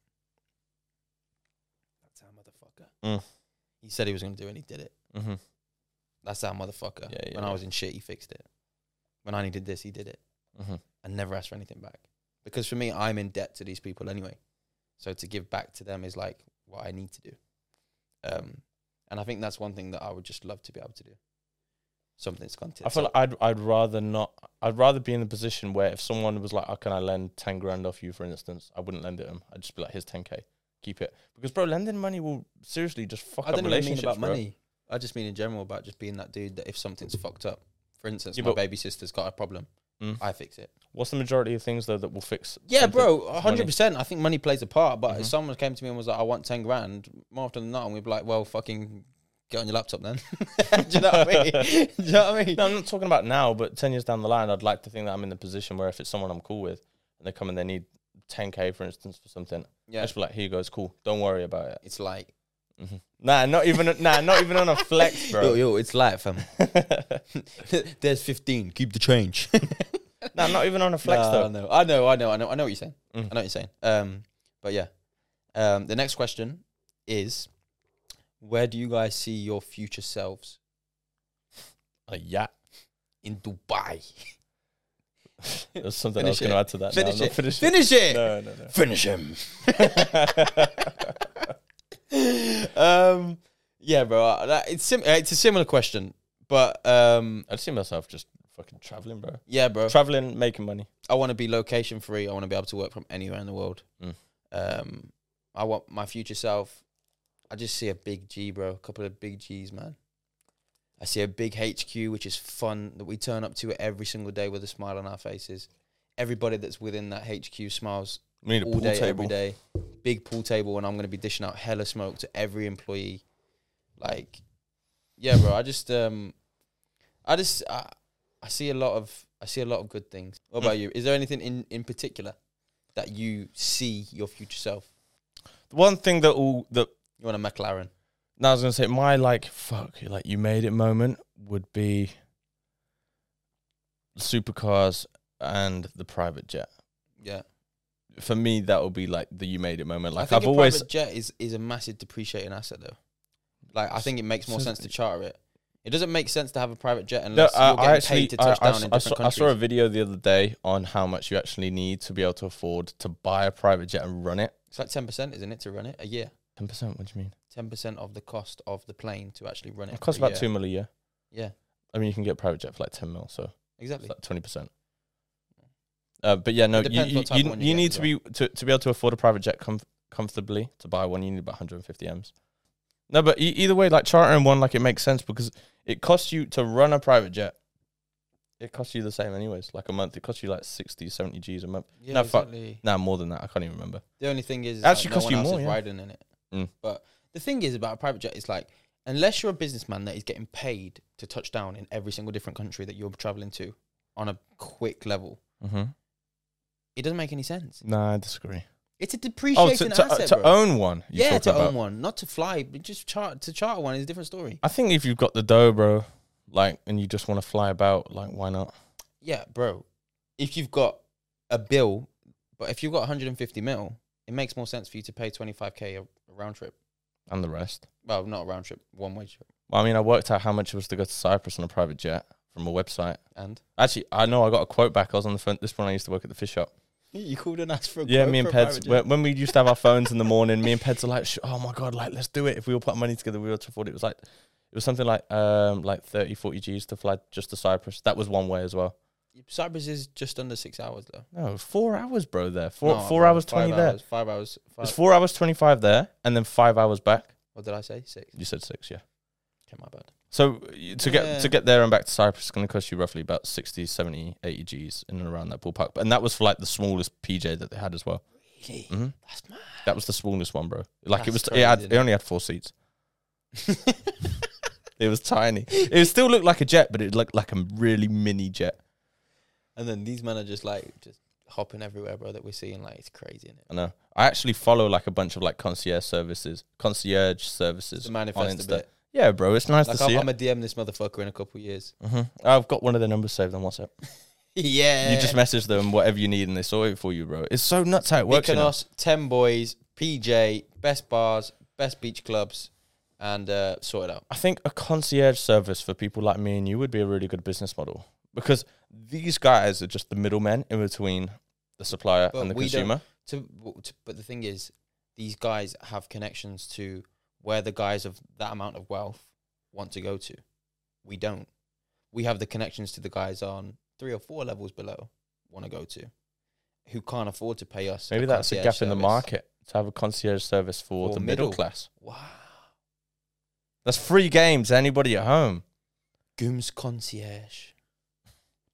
B: "That's our motherfucker."
A: Mm.
B: He said he was going to do it, and he did it.
A: Mm-hmm.
B: That's our motherfucker.
A: Yeah, yeah,
B: when
A: yeah.
B: I was in shit, he fixed it. When I needed this, he did it.
A: Mm-hmm.
B: and never ask for anything back. Because for me, I'm in debt to these people anyway. So to give back to them is like what I need to do. Um, and I think that's one thing that I would just love to be able to do. Something that's gone to
A: I feel like I'd I'd rather not. I'd rather be in the position where if someone was like, "Oh, can I lend ten grand off you?" For instance, I wouldn't lend it them. I'd just be like, "Here's ten k, keep it." Because bro, lending money will seriously just fuck
B: I
A: up
B: don't even mean
A: relationships.
B: about
A: bro.
B: money. I just mean in general about just being that dude that if something's fucked up, for instance,
A: Yeah,
B: my
A: but-
B: baby sister's got a problem,
A: Mm.
B: I fix it.
A: What's the majority of things though that will fix?
B: Yeah,
A: something?
B: bro, a hundred percent. I think money Mm-hmm. plays a part, but
A: Mhm.
B: if someone came to me and was like, "I want ten grand," more often than not, I'm gonna be like, "Well, fucking get on your laptop then." do you know what I mean? do you know what I mean?
A: No, I'm not talking about now, but ten years down the line, I'd like to think that I'm in the position where if it's someone I'm cool with, and they come and they need ten k, for instance, for something, I
B: Yeah,
A: just be like, "Here you go, it's cool. Don't worry about it."
B: it's like
A: hmm Nah, not even. nah, not even on a flex, bro.
B: Yo, yo, it's light, fam. There's 15. Keep the change.
A: Nah, not even on a flex
B: Nah,
A: though.
B: I know, I know, I know, I know what you're saying.
A: Mm.
B: I know what you're saying. Um, but yeah. Um, the next question is, where do you guys see your future selves
A: A yacht.
B: in Dubai?
A: Mm-hmm. There's something
B: Finish
A: I was going
B: it.
A: to add to that.
B: Finish
A: no,
B: it. Finish it.
A: No, no, no.
B: Finish him. um, yeah, bro. uh, that- it's sim- uh, it's a similar question, but um,
A: I'd see myself just fucking traveling, bro.
B: yeah, bro.
A: Traveling, making money.
B: I want to be location free. I want to be able to work from anywhere in the world.
A: Mm.
B: Um, I want my future self. I just see a big G, bro. A couple of big G's, man. I see a big HQ, which is fun that we turn up to every single day with a smile on our faces. Everybody that's within that HQ smiles
A: We need a
B: all
A: pool
B: day,
A: table.
B: every day. Big pool table, and I'm going to be dishing out hella smoke to every employee. Like, yeah, bro. I just, um, I just, I, I see a lot of, I see a lot of good things. What
A: Hmm.
B: about you? Is there anything in in particular that you see your future self?
A: One thing that all that
B: You want a McLaren?
A: now I was going to say, my like fuck, like you made it moment would be supercars and the private jet.
B: Yeah.
A: For me, that would be like the you made it moment.
B: I
A: Like
B: think
A: I've
B: a
A: always
B: private jet is is a massive depreciating asset though. Like, I think it makes more
A: So-
B: sense to charter it. It doesn't make sense to have a private jet
A: No,
B: unless
A: I,
B: you're getting
A: I actually,
B: paid to touch
A: I, I
B: down
A: s-
B: in
A: I
B: different
A: saw, I
B: countries.
A: saw a video the other day on how much you actually need to be able to afford to buy a private jet and run it.
B: it's like ten percent, isn't it, to run it a year?
A: Ten percent. What do you mean?
B: ten percent of the cost of the plane to actually run it.
A: It costs
B: for a
A: about
B: year.
A: two mil a year.
B: Yeah,
A: I mean, you can get a private jet for like ten mil, so it's
B: exactly.
A: like twenty percent. Uh, but yeah, no, you
B: It depends
A: you,
B: what type
A: you,
B: of one you
A: you
B: get
A: need
B: as
A: to be to, to be able to afford a private jet comf- comfortably to buy one. You need about 150 m's. No, but e- either way, like chartering one, like it makes sense because it costs you to run a private jet. It costs you the same anyways, like a month. It costs you like 60, 70 G's a month.
B: Yeah,
A: No, fuck.
B: exactly.
A: Nah, more than that. I can't even remember.
B: The only thing is,
A: Actually
B: like,
A: costs
B: no
A: you
B: one else
A: more,
B: is
A: yeah.
B: riding in it.
A: Mm.
B: But the thing is about a private jet is like, unless you're a businessman that is getting paid to touch down in every single different country that you're traveling to on a quick level,
A: Mm-hmm.
B: it doesn't make any sense.
A: Nah, I disagree.
B: It's a
A: Oh,
B: depreciating
A: to, to,
B: asset,
A: to
B: bro.
A: own one. you
B: yeah,
A: talk
B: to
A: about.
B: own one, not to fly, but just chart to charter one is a different story.
A: I think if you've got the dough, bro, like, and you just want to fly about, like, why not?
B: Yeah, bro. If you've got a bill, but if you've got 150 mil, it makes more sense for you to pay 25k a, a round trip.
A: And the rest.
B: Well, not a round trip, one way trip.
A: Well, I mean, I worked out how much it was to go to Cyprus on a private jet from a website.
B: And
A: Actually, I know I got a quote back. I was on the phone. This one I used to work at the fish shop.
B: you called and asked for a
A: Yeah,
B: quote
A: me and
B: for a
A: Peds.
B: Barrageon?
A: When, when we used to have our phones in the morning, me and Peds are like, "Sh- "Oh my god, like let's do it." If we all put money together, we were to afford it. It was like it was something like um like 30, 40 G's to fly just to Cyprus. That was one way as well.
B: Cyprus is just under six hours though.
A: No, four hours, bro. There, four
B: No,
A: four
B: bro,
A: hours
B: five
A: twenty there.
B: hours, Five hours. Five,
A: It's four hours twenty five there, and then five hours back.
B: what did I say? Six.
A: You said six, yeah.
B: Okay, my bad.
A: So y- to get
B: Yeah.
A: to get there and back to Cyprus is going to cost you roughly about 60, 70, 80 G's in and around that ballpark. And that was for like the smallest PJ that they had as well.
B: Really?
A: hmm
B: That's
A: That was the smallest one, bro. Like it was,
B: That's
A: it, had,
B: crazy.
A: it only had four seats.
B: mad.
A: Mm. It was tiny. It still looked like a jet, but it looked like a really mini jet.
B: and then these men are just like just hopping everywhere, bro. That we're seeing like it's crazy, innit?
A: I know. I actually follow like a bunch of like concierge services, concierge
B: It's
A: services.
B: a manifest
A: Insta.
B: a bit.
A: Yeah, bro, it's nice
B: Like
A: to see
B: I'm,
A: it.
B: I'm a DM this motherfucker in a couple years.
A: hmm I've got one of their numbers saved on WhatsApp.
B: yeah.
A: You just message them whatever you need, and they sort it for you, bro. It's so nuts how it works. you know?
B: Mykonos, ten boys, PJ, best bars, best beach clubs, and uh, sort it out.
A: I think a concierge service for people like me and you would be a really good business model because these guys are just the middlemen in between the supplier
B: But
A: and the
B: we don't-
A: consumer.
B: To, w- to but the thing is, these guys have connections to where the guys of that amount of wealth want to go to. We don't. We have the connections to the guys on three or four levels below want to go to, who can't afford to pay us.
A: Maybe that's a
B: concierge
A: gap in the
B: service.
A: market to have a concierge service for
B: For
A: the middle
B: middle.
A: class.
B: Wow.
A: That's free games. Anybody at home?
B: Gooms concierge.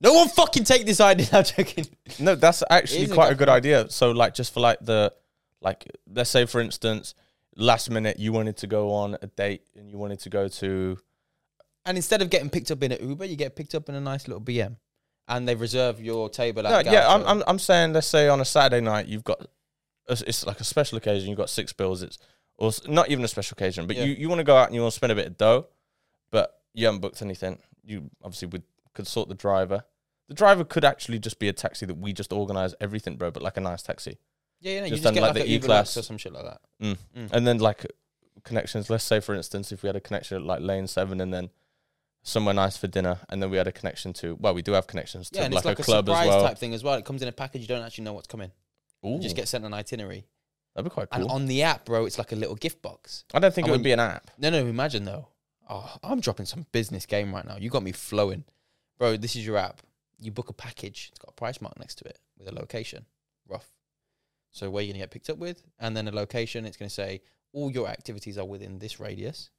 B: No one fucking take this idea. I'm joking.
A: No, that's actually
B: is a
A: quite a
B: gap
A: good
B: in-
A: idea. So, like, just for like the, like, let's say for instance, last minute you wanted to go on a date and you wanted to go to
B: And instead of getting picked up in an Uber, you get picked up in a nice little BM, and they reserve your table.
A: No,
B: At
A: yeah, I'm, I'm, I'm saying, let's say on a Saturday night, you've got, it's it's like a special occasion, you've got six bills, it's, or s- not even a special occasion, but
B: Yeah.
A: you, you want to go out and you want to spend a bit of dough, but you haven't booked anything. You obviously would consult the driver. The driver could actually just be a taxi that we just organize everything, bro, but like a nice taxi.
B: yeah, yeah. no, you
A: Just
B: just
A: done
B: get
A: like
B: like,
A: the
B: an Uber
A: E-Class.
B: Lux or some shit like that.
A: Mm.
B: Mm.
A: And then like connections, let's say for instance, if we had a connection at like lane seven and then somewhere nice for dinner, and then we had a connection to, well, we do have connections to
B: Yeah, and
A: like,
B: it's like
A: a,
B: a,
A: club as
B: surprise
A: well.
B: type thing as well. It comes in a package. You don't actually know what's coming.
A: Ooh,
B: You just get sent an itinerary,
A: that'd be quite
B: and
A: cool.
B: on the app, bro, it's like a little gift box.
A: I don't think
B: I
A: it would
B: wouldn't-
A: be an app.
B: No, no, imagine though. Oh, I'm dropping some business game right now. You got me flowing, bro. This is your app. You book a package. It's got a price mark next to it with a location, rough. So where you're gonna get picked up with, and then a location. It's gonna say all your activities are within this radius.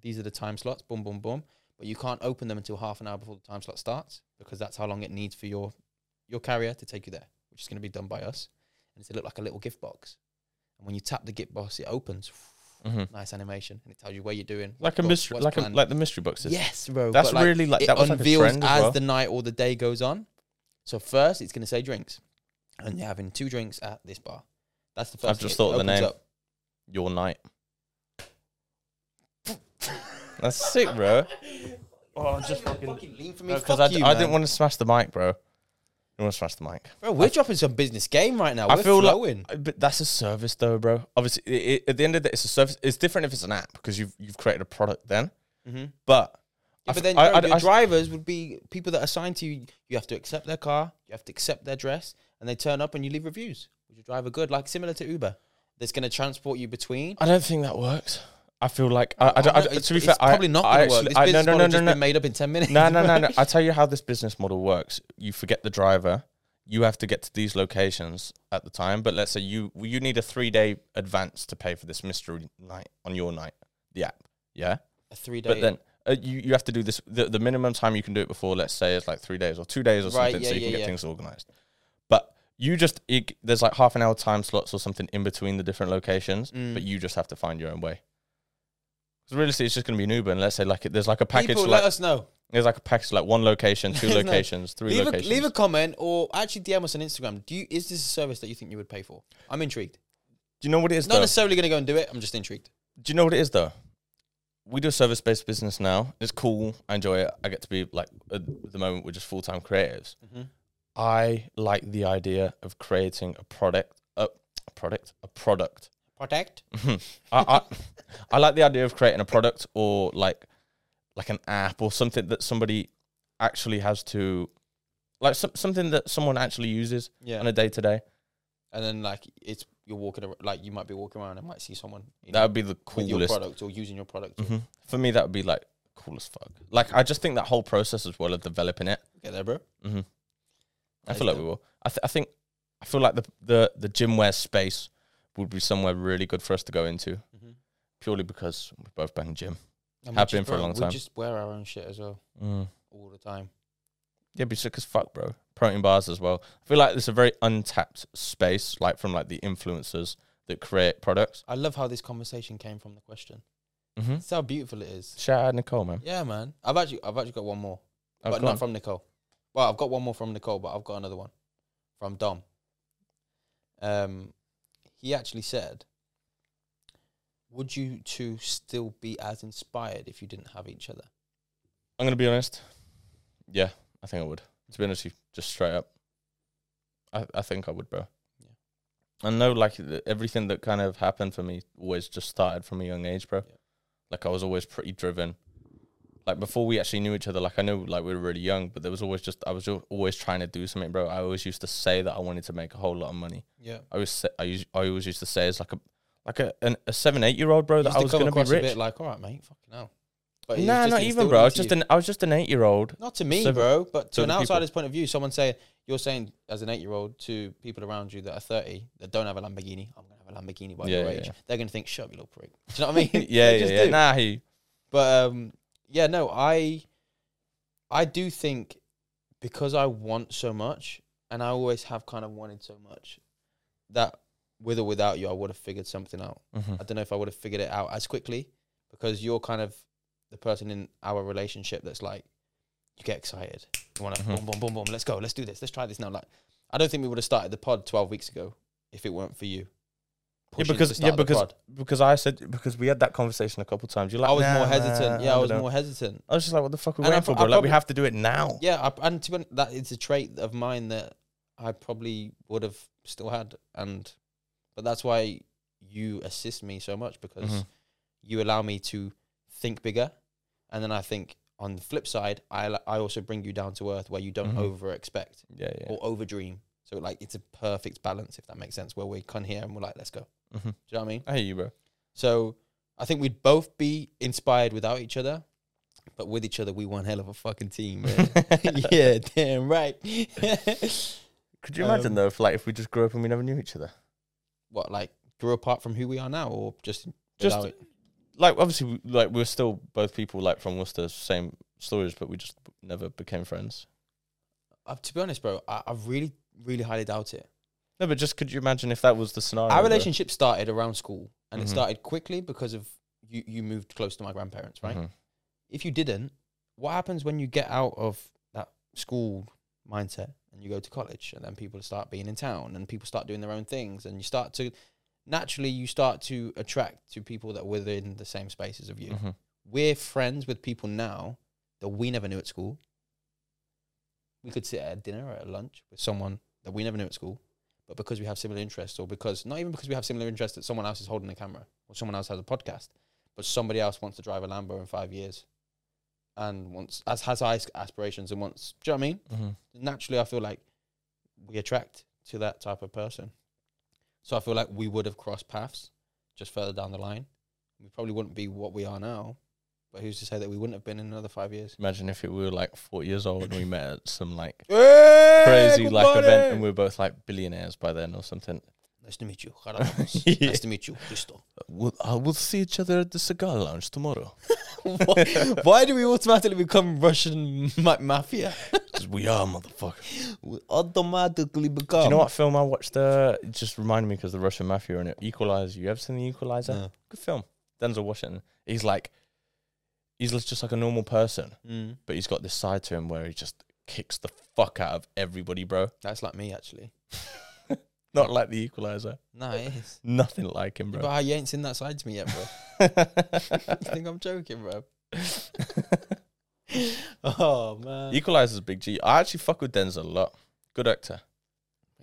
B: These are the time slots. Boom, boom, boom. But you can't open them until half an hour before the time slot starts because that's how long it needs for your your carrier to take you there, which is gonna be done by us. And it's gonna look like a little gift box. And when you tap the gift box, it opens
A: Mm-hmm.
B: nice animation and it tells you where you're doing
A: like
B: what's
A: a
B: got-
A: mystery,
B: what's
A: like a,
B: planned.
A: like the mystery boxes.
B: yes bro
A: that's
B: but, like,
A: really like
B: it
A: that was like a
B: unveils
A: trend as
B: as
A: well.
B: the night or the day goes on so first it's going to say drinks and you're having two drinks at this bar that's the 1st
A: I've just thought of the name. Your night. That's sick, bro.
B: oh just fucking, lean for me
A: Because I, d- I didn't want to smash the mic, bro. I want to smash the mic.
B: bro we're dropping some business game right now
A: I
B: we're
A: feel like-
B: flowing
A: Uh, But that's a service, though, bro. Obviously, i i at the end of the it's a service. It's different if it's an app because you've you've created a product then.
B: mm-hmm.
A: But I
B: Yeah,
A: f-
B: but then
A: I-
B: bro,
A: I-
B: your
A: I-
B: drivers would be people that are assigned to you. You have to accept their car, you have to accept their dress, and they turn up and you leave reviews. Was your driver good? Like similar to Uber, that's going to transport you between.
A: I don't think that works. I feel like I, I, don't-
B: Oh,
A: I
B: no,
A: don't-
B: it's,
A: to be
B: it's
A: fair, I-
B: probably not
A: I
B: going to work.
A: actually-
B: This
A: I- no,
B: business
A: no,
B: model
A: no,
B: just
A: no,
B: been made up in ten minutes.
A: No, no, no, no. I tell you how this business model works. You forget the driver. You have to get to these locations at the time. But let's say you you need a three day advance to pay for this mystery night on your night, the app. Yeah,
B: A three day.
A: but then. Uh, you, you have to do this the, the minimum time you can do it before let's say it's like three days or two days or
B: Right,
A: something
B: yeah,
A: so you
B: yeah,
A: can get
B: yeah.
A: things organized but you just it, there's like half an hour time slots or something in between the different locations
B: Mm.
A: but you just have to find your own way because realistically it's just going to be an uber and let's say like it, there's like a package
B: people,
A: like,
B: let us know.
A: there's like a package, like one location, two
B: There's no-
A: locations, three
B: Leave a,
A: locations.
B: leave a comment or actually DM us on Instagram. Do you is this a service that you think you would pay for? I'm intrigued.
A: Do you know what it is
B: It's not
A: though?
B: necessarily going to go and do it. I'm just intrigued.
A: do you know what it is though? We do a service based business now. It's cool. I enjoy it. I get to be like at the moment we're just full time creatives.
B: Mhm.
A: I like the idea of creating a product, a a product, a product.
B: Protect.
A: I, I I like the idea of creating a product or like like an app or something that somebody actually has to, like some, something that someone actually uses on
B: Yeah. And,
A: a day to day.
B: then like it's you're walking ar- like you might be walking around and might see someone you
A: That
B: know,
A: would be the
B: with your
A: coolest.
B: product or using your product.
A: hmm For me, that would be like cool as fuck. Like I just think that whole process as well of developing it.
B: Get there, bro.
A: Mm-hmm. I
B: That
A: feel
B: is
A: like we will. I, th- I think I feel like the the the gym wear space would be somewhere really good for us to go into
B: Mm-hmm.
A: purely because we both bang gym.
B: And we
A: Have
B: just-
A: been for a
B: bro,
A: long
B: we
A: time.
B: just wear our own shit as well
A: Mm.
B: all the time.
A: Yeah, be sick as fuck, bro. Protein bars as well. I feel like there's a very untapped space, like from like the influencers that create products.
B: I love how this conversation came from the question.
A: Mm-hmm.
B: It's how beautiful it is.
A: Shout out Nicole, man.
B: Yeah, man. I've actually I've actually got one more,
A: Oh,
B: but
A: go
B: not
A: on.
B: from Nicole. Well, I've got one more from Nicole, but I've got another one from Dom. Um, he actually said, "Would you two still be as inspired if you didn't have each other?"
A: I'm gonna be honest. Yeah, I think I would. To be honest, with you, just straight up. I I think I would, bro.
B: Yeah.
A: I know, like th- everything that kind of happened for me always just started from a young age, bro.
B: Yeah.
A: Like I was always pretty driven. Like before we actually knew each other, like I know, like we were really young, but there was always just I was al- always trying to do something, bro. I always used to say that I wanted to make a whole lot of money.
B: Yeah,
A: I was sa- I used I always used to say as like a like a an, a seven eight year old, bro, that I was gonna be
B: A
A: rich.
B: bit like, all right, mate, fucking hell. But it was
A: Nah,
B: just
A: not even,
B: instilled
A: bro. I was
B: into
A: just
B: you.
A: an I was just an eight year old.
B: not to me,
A: so-
B: bro, but to
A: so
B: an
A: the people.
B: outsider's point of view. Someone saying you're saying as an eight-year-old to people around you that are thirty that don't have a Lamborghini, I'm gonna have a Lamborghini by
A: Yeah,
B: your
A: yeah,
B: age.
A: yeah.
B: They're gonna think, shut up, you little prick. Do you know what I mean?
A: yeah,
B: They
A: yeah,
B: just
A: yeah.
B: do.
A: Nah, he.
B: But um, yeah, no, I I do think because I want so much, and I always have kind of wanted so much, that with or without you, I would have figured something out.
A: Mhm.
B: I don't know if I would have figured it out as quickly because you're kind of the person in our relationship that's like, you get excited, you want to
A: Mhm.
B: boom, boom, boom, boom, let's go, let's do this, let's try this now. Like, I don't think we would have started the pod 12 weeks ago if it weren't for you. pushing to
A: because- yeah,
B: start the
A: because-
B: pod.
A: Because I said because we had that conversation a couple times. You're like,
B: I was
A: "Nah,
B: more
A: man,
B: hesitant. yeah, I was
A: dunno."
B: more hesitant.
A: I was just like, what the fuck are we
B: And I
A: waiting for,
B: pro-
A: bro?
B: I
A: like, we
B: probably-
A: have to do it now.
B: Yeah, I, and to be honest, that is a trait of mine that I probably would have still had, and but that's why you assist me so much because
A: Mhm.
B: you allow me to think bigger, and then I think on the flip side, I al- I also bring you down to earth where you don't
A: Mhm.
B: over expect
A: Yeah, yeah.
B: or over dream. So like it's a perfect balance if that makes sense, where we come here and we're like, let's go.
A: hmm
B: Do you know what Mm-hmm. I mean?
A: I hear you, bro.
B: So I think we'd both be inspired without each other, but with each other, we one hell of a fucking team. Man. yeah, damn right.
A: Could you imagine
B: Um,
A: though, if like if we just grew up and we never knew each other?
B: what like grew apart from who we are now, or just
A: Just
B: without it?
A: like obviously, we- like we're still both people like from Worcester, same stories, but we just never became friends.
B: Uh, to be honest, bro, I, I really, really highly doubt it.
A: No, but just could you imagine if that was the scenario?
B: Our
A: bro?
B: relationship started around school, and
A: Mhm.
B: it started quickly because of you. You moved close to my grandparents, right?
A: Mhm.
B: If you didn't, what happens when you get out of that school mindset and you go to college, and then people start being in town, and people start doing their own things, and you start to naturally you start to attract to people that were within the same spaces of you.
A: Mhm.
B: We're friends with people now that we never knew at school. We could sit at a dinner or at a lunch with someone that we never knew at school, but because we have similar interests, or because not even because we have similar interests that someone else is holding a camera or someone else has a podcast, but somebody else wants to drive a Lambo in five years and wants as has high aspirations and wants. Do you know what I mean?
A: Mhm.
B: naturally I feel like we attract to that type of person. So I feel like we would have crossed paths just further down the line. We probably wouldn't be what we are now, but who's to say that we wouldn't have been in another five years?
A: Imagine if it, we were like 40 years old and we met at some like
B: Crazy
A: crazy like event and we were both like billionaires by then or something.
B: nice to meet you. Jarabas.
A: Yeah.
B: Nice to meet you, Cristo.
A: We'll, uh, we'll see each other at the cigar lounge tomorrow.
B: why, why do we automatically become Russian ma- mafia?
A: 'Cause we are motherfuckers.
B: We automatically become.
A: Do you know what film I watched? Uh, it just reminded me because the Russian mafia in it. Equalizer. You ever seen the Equalizer?
B: No.
A: Good film. Denzel Washington. He's like, he's l- just like a normal person,
B: Mm,
A: but he's got this side to him where he just kicks the fuck out of everybody, bro.
B: that's like me, actually.
A: Not like the Equalizer.
B: Nice.
A: Nothing like him,
B: But
A: bro.
B: how you ain't seen that side to me yet, bro. you think I'm joking, bro? oh man,
A: Equalizer's big G. I actually fuck with Denzel a lot. Good actor.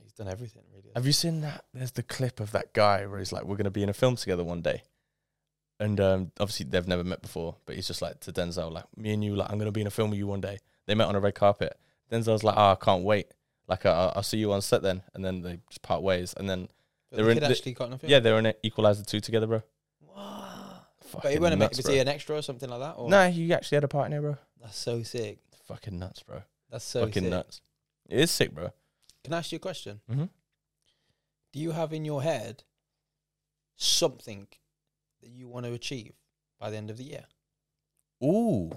B: he's done everything really.
A: Have you seen that? There's the clip of that guy where he's like, "We're gonna be in a film together one day," and um, obviously they've never met before, but he's just like to Denzel, like, "Me and you, like, I'm gonna be in a film with you one day." They met on a red carpet. Denzel's like, oh, I can't wait. Like, I, I'll see you on set then. And then they just part ways. And then,
B: But
A: They're
B: the
A: in-
B: kid
A: they-
B: actually got enough.
A: yeah, they're in Equalizer 2 together, bro.
B: Wow. But he
A: Fucking
B: went and
A: nuts,
B: was
A: bro.
B: he an extra or something like that? Or?
A: No, he actually had a part in it, bro.
B: That's so sick.
A: Fucking nuts, bro.
B: That's so
A: Fucking
B: sick.
A: nuts. It is sick, bro.
B: Can I ask you a question?
A: Mhm.
B: Do you have in your head something that you want to achieve by the end of the year?
A: Ooh.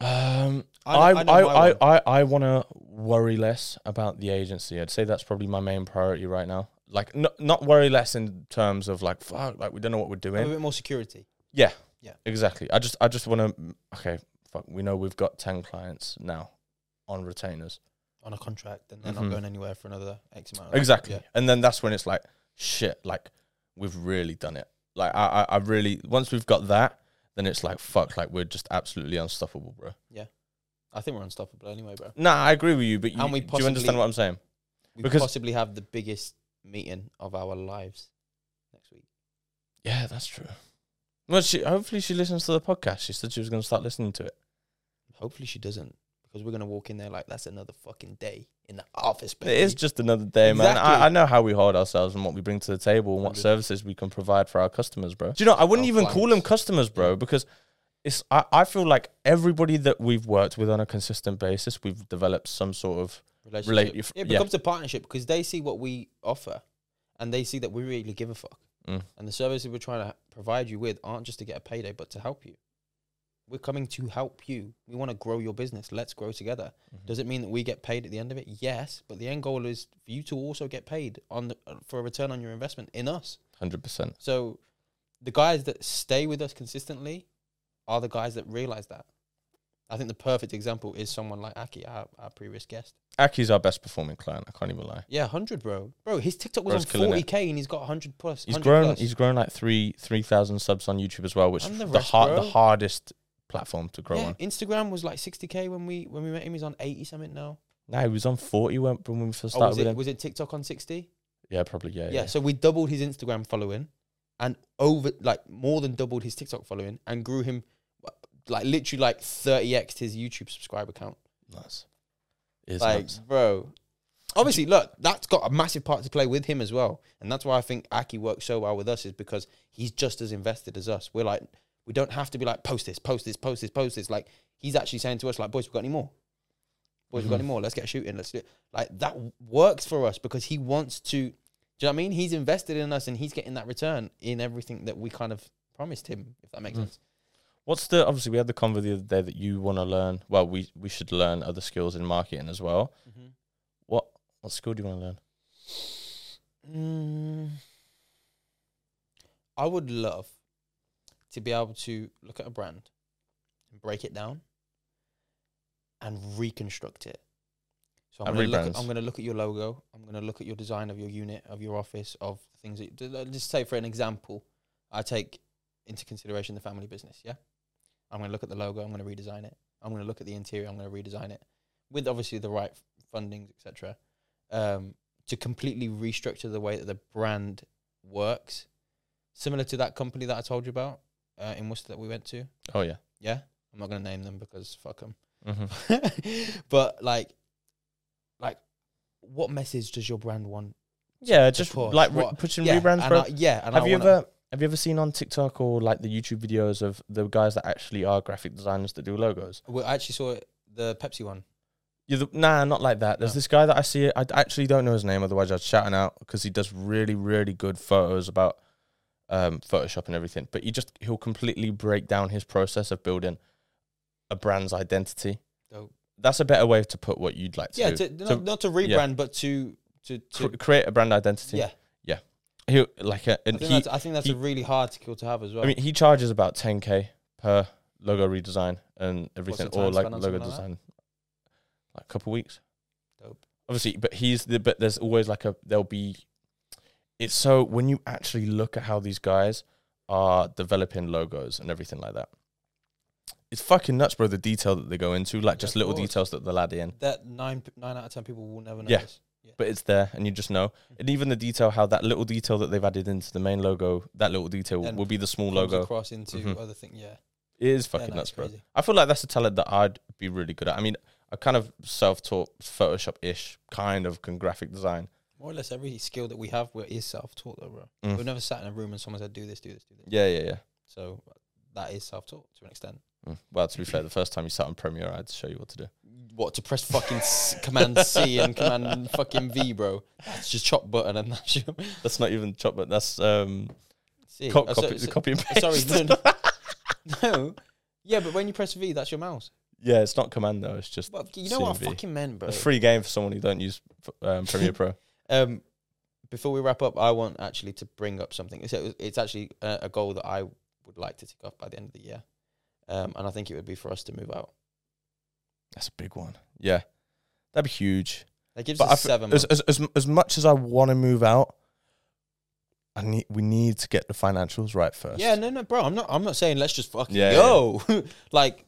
A: Um, I
B: I know- I know my
A: I I,
B: one.
A: I, I want to worry less about the agency. I'd say that's probably my main priority right now. Like, not not worry less in terms of like fuck, like we don't know what we're
B: Have a
A: doing.
B: bit more security.
A: Exactly. I just I just want to. Okay, fuck. We know we've got ten clients now on retainers.
B: on a contract and they're
A: Mhm.
B: not going anywhere for another X amount. Of
A: Exactly.
B: Uh, Yeah.
A: And then that's when it's like shit. Like we've really done it. Like I I, I really once we've got that, then it's like fuck. Like we're just absolutely unstoppable, bro.
B: I think we're unstoppable anyway, bro.
A: Nah, I agree with you, but you,
B: And we
A: do you understand
B: possibly-
A: what I'm saying?
B: We
A: Because-
B: possibly have the biggest meeting of our lives next week.
A: Yeah, that's true. Well, she hopefully she listens to the podcast. She said she was going to start listening to it.
B: Hopefully she doesn't, because we're gonna walk in there like that's another fucking day in the office.
A: But it is
B: baby."
A: just another day, man.
B: Exactly.
A: I, I know how we hold ourselves and what we bring to the table and what
B: 100.
A: services we can provide for our customers, bro. Do you know? I wouldn't
B: Our
A: even call them
B: clients.
A: customers, bro, because it's. I, I feel like everybody that we've worked with on a consistent basis, we've developed some sort of
B: relationship.
A: if-
B: it
A: yeah.
B: becomes a partnership because they see what we offer, and they see that we really give a fuck,
A: Mm.
B: and the services we're trying to provide you with aren't just to get a payday, but to help you. We're coming to help you. We want to grow your business. Let's grow together.
A: Mm. Mm-hmm.
B: Does it mean that we get paid at the end of it? Yes, but the end goal is for you to also get paid on the, uh, for a return on your investment in us.
A: hundred percent.
B: So, the guys that stay with us consistently are the guys that realize that. I think the perfect example is someone like Aki, our, our previous guest.
A: Aki's our best performing client. I can't even lie.
B: Yeah, hundred, bro. Bro, his TikTok was
A: Bro's
B: on
A: killing
B: forty
A: it.
B: k, and he's got hundred plus.
A: He's
B: 100
A: grown.
B: plus.
A: He's grown like three three thousand subs on YouTube as well, which
B: And
A: the
B: the
A: the,
B: rest,
A: har- the
B: bro.
A: hardest platform to grow
B: yeah,
A: on.
B: Instagram was like sixty k when we when we met him. He's on eighty something now.
A: Nah, he was on forty when when we first
B: Oh,
A: started
B: was
A: with him.
B: it was it TikTok on sixty?
A: Yeah, probably. Yeah,
B: Yeah,
A: yeah.
B: So we doubled his Instagram following, and over like more than doubled his TikTok following, and grew him like literally like thirty x his YouTube subscriber count.
A: Nice. It is
B: like,
A: nuts.
B: bro. Obviously, look, that's got a massive part to play with him as well, and that's why I think Aki works so well with us is because he's just as invested as us. We're like, we don't have to be like, post this, post this, post this, post this. Like, he's actually saying to us, like, boys, we got any more? Boys, we got
A: Mhm.
B: any more? Let's get shooting. Let's do it. Like that works for us because he wants to. Do you know what I mean? He's invested in us, and he's getting that return in everything that we kind of promised him. If that makes
A: Mm.
B: sense.
A: What's the obviously we had the convo the other day that you want to learn. Well, we we should learn other skills in marketing as well. What what skill do you want to learn?
B: Mm, I would love to be able to look at a brand, break it down, and reconstruct it. So I'm
A: And
B: going to look. At,
A: rebrands.
B: I'm going to look at your logo. I'm going to look at your design of your unit, of your office, of things. That you, just say for an example, I take into consideration the family business. Yeah, I'm going to look at the logo. I'm going to redesign it. I'm going to look at the interior. I'm going to redesign it with obviously the right fundings, etc. Um, to completely restructure the way that the brand works, similar to that company that I told you about uh, in Worcester that we went to.
A: Oh yeah.
B: Yeah, I'm not going to name them because fuck them.
A: hmm
B: but like, like, what message does your brand want?
A: Yeah,
B: to
A: just
B: push?
A: like re-
B: What-
A: pushing
B: yeah,
A: rebrands,
B: and
A: bro.
B: I- yeah, and
A: have
B: I
A: you
B: wanna-
A: ever have you ever seen on TikTok or like the YouTube videos of the guys that actually are graphic designers that do logos?
B: Well, I actually saw it, the Pepsi one.
A: You're the, nah, not like that. There's
B: No.
A: this guy that I see. I d- actually don't know his name, otherwise I'd shout him out because he does really, really good photos about um, Photoshop and everything. But he just he'll completely break down his process of building a brand's identity.
B: Dope.
A: That's a better way to put what you'd like to
B: Yeah,
A: do.
B: to, not, not to rebrand, but to to, to
A: Cr- create a brand identity.
B: yeah.
A: He'll, like a,
B: I
A: and
B: think,
A: he,
B: that's, I think that's
A: he-
B: a really hard skill to have as well.
A: I mean, he charges about 10k per logo redesign and everything,
B: the
A: or
B: time
A: like
B: span on
A: logo
B: something like that?
A: design, like a couple weeks.
B: Dope.
A: Obviously, but he's the but there's always like a there'll be. It's so when you actually look at how these guys are developing logos and everything like that, it's fucking nuts, bro. The detail that they go into, like
B: Yeah,
A: just
B: of
A: little
B: course.
A: details that they'll add in.
B: that nine p- nine out of ten people will never
A: Yeah.
B: notice.
A: but it's there and you just know.
B: Mm-hmm.
A: And even the detail, how that little detail that they've added into the main logo, that little detail
B: Then
A: will be the small
B: comes
A: logo.
B: across into
A: Mhm.
B: other thing. Yeah,
A: It is fucking
B: no,
A: nuts,
B: it's
A: bro.
B: crazy.
A: I feel like that's a talent that I'd be really good at. I mean, I kind of self-taught Photoshop-ish, kind of, can graphic design.
B: More or less every skill that we have we're, is self taught, though, bro.
A: Mm.
B: We've never sat in a room and someone said, do this, do this, do this.
A: Yeah, yeah, yeah.
B: So that is self taught to an extent.
A: Mm. Well, to be fair, the first time you sat on Premiere, I had to show you what to do.
B: What, to press fucking s- Command C and Command fucking V, bro? That's just chop button and that's your.
A: That's not even chop, but that's um,
B: See,
A: co-
B: oh, so-
A: copy,
B: so-
A: copy and paste.
B: Sorry, no, no. No. Yeah, but when you press V, that's your mouse.
A: yeah, it's not command though. It's just
B: But you know what I
A: CMV.
B: fucking meant, bro.
A: a free game for someone who don't use um, Premiere Pro.
B: Um, before we wrap up, I want actually to bring up something. So it's actually a, a goal that I would like to tick off by the end of the year, um, and I think it would be for us to move out.
A: That's a big one. Yeah, that'd be huge.
B: That gives
A: But I
B: us
A: fe-
B: seven.
A: as,
B: months.
A: as as as much as I want to move out, I need we need to get the financials right first.
B: yeah, no, no, bro. I'm not. I'm not saying let's just fucking
A: Yeah,
B: go. like,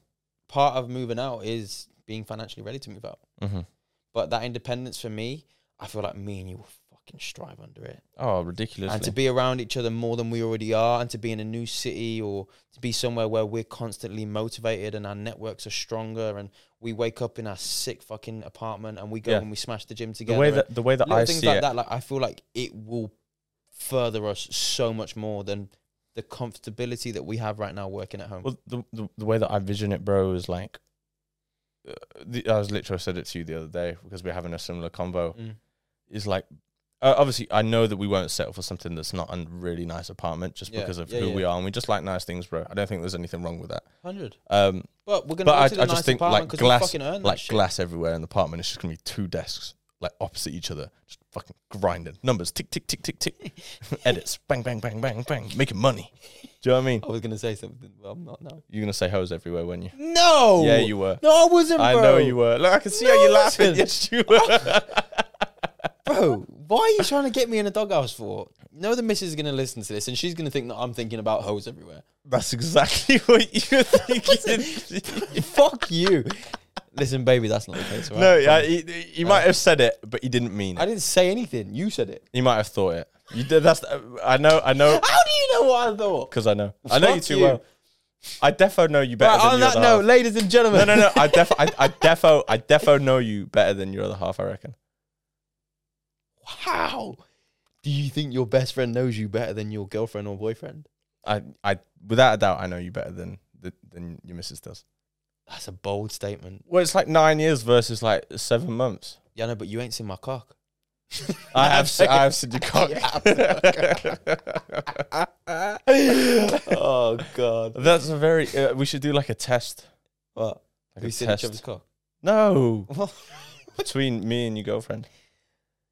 B: part of moving out is being financially ready to move out.
A: Mm-hmm.
B: But that independence for me, I feel like me and you will fucking strive under it.
A: Oh, ridiculously.
B: and to be around each other more than we already are, and to be in a new city or to be somewhere where we're constantly motivated and our networks are stronger, and we wake up in our sick fucking apartment and we go
A: Yeah.
B: and we smash the gym
A: the
B: together.
A: way
B: and
A: that the way that
B: little
A: I
B: things
A: see
B: like
A: it,
B: that, like I feel like it will further us so much more than the comfortability that we have right now working at home.
A: well, the, the the way that I vision it, bro, is like. Uh, the, I was literally I said it to you the other day because we're having a similar convo.
B: Mm.
A: Is like, uh, obviously, I know that we won't settle for something that's not a really nice apartment just
B: Yeah,
A: because of
B: yeah,
A: who
B: yeah.
A: we are, and we just like nice things, bro. I don't think there's anything wrong with that.
B: Hundred,
A: Um,
B: but we're gonna
A: But
B: go
A: I-
B: to the
A: I just
B: nice
A: think,
B: apartment
A: like,
B: because we
A: glass-
B: fucking earn
A: like
B: that shit.
A: glass everywhere in the apartment. It's just gonna be two desks like opposite each other, just fucking grinding numbers, tick tick tick tick tick, edits, bang bang bang bang bang, making money. Do you know what I mean?
B: I was gonna say something, but I'm not now.
A: You're gonna say hoes everywhere, weren't you?
B: No,
A: Yeah, you were.
B: No, I wasn't.
A: I
B: bro.
A: know you were. Look, I can see how
B: No,
A: you're
B: I
A: laughing.
B: wasn't.
A: Yes, you were.
B: Bro, why are you trying to get me in a doghouse for? No, the missus is going to listen to this and she's going to think that I'm thinking about hoes everywhere.
A: That's exactly what you were thinking.
B: Fuck you. Listen, baby, that's not the case. all Right?
A: no, yeah, he, he might have said it, but he didn't mean
B: Uh, I
A: it.
B: didn't say anything. You said it.
A: He might have thought it. You did. That's. uh, I know. I know.
B: How do you know what I thought?
A: Because I know. I know you
B: Fuck
A: too
B: you.
A: well. I defo know you better
B: Right,
A: than
B: on
A: your
B: that
A: other
B: note,
A: half.
B: ladies and
A: No,
B: gentlemen.
A: no, no. I defo, I, I defo, I defo know you better than your other half. I reckon.
B: How? Do you think your best friend knows you better than your girlfriend or boyfriend?
A: I, I, without a doubt, I know you better than th- than your missus does.
B: That's a bold statement.
A: Well, it's like nine years versus like seven months.
B: Yeah, no, but you ain't seen my cock.
A: I have, se- I have said you can't.
B: oh, God.
A: That's a very. Uh, we should do like a test.
B: What?
A: Like
B: Have you
A: a
B: seen each other's
A: test.
B: cock?
A: No,
B: What?
A: between me and your girlfriend.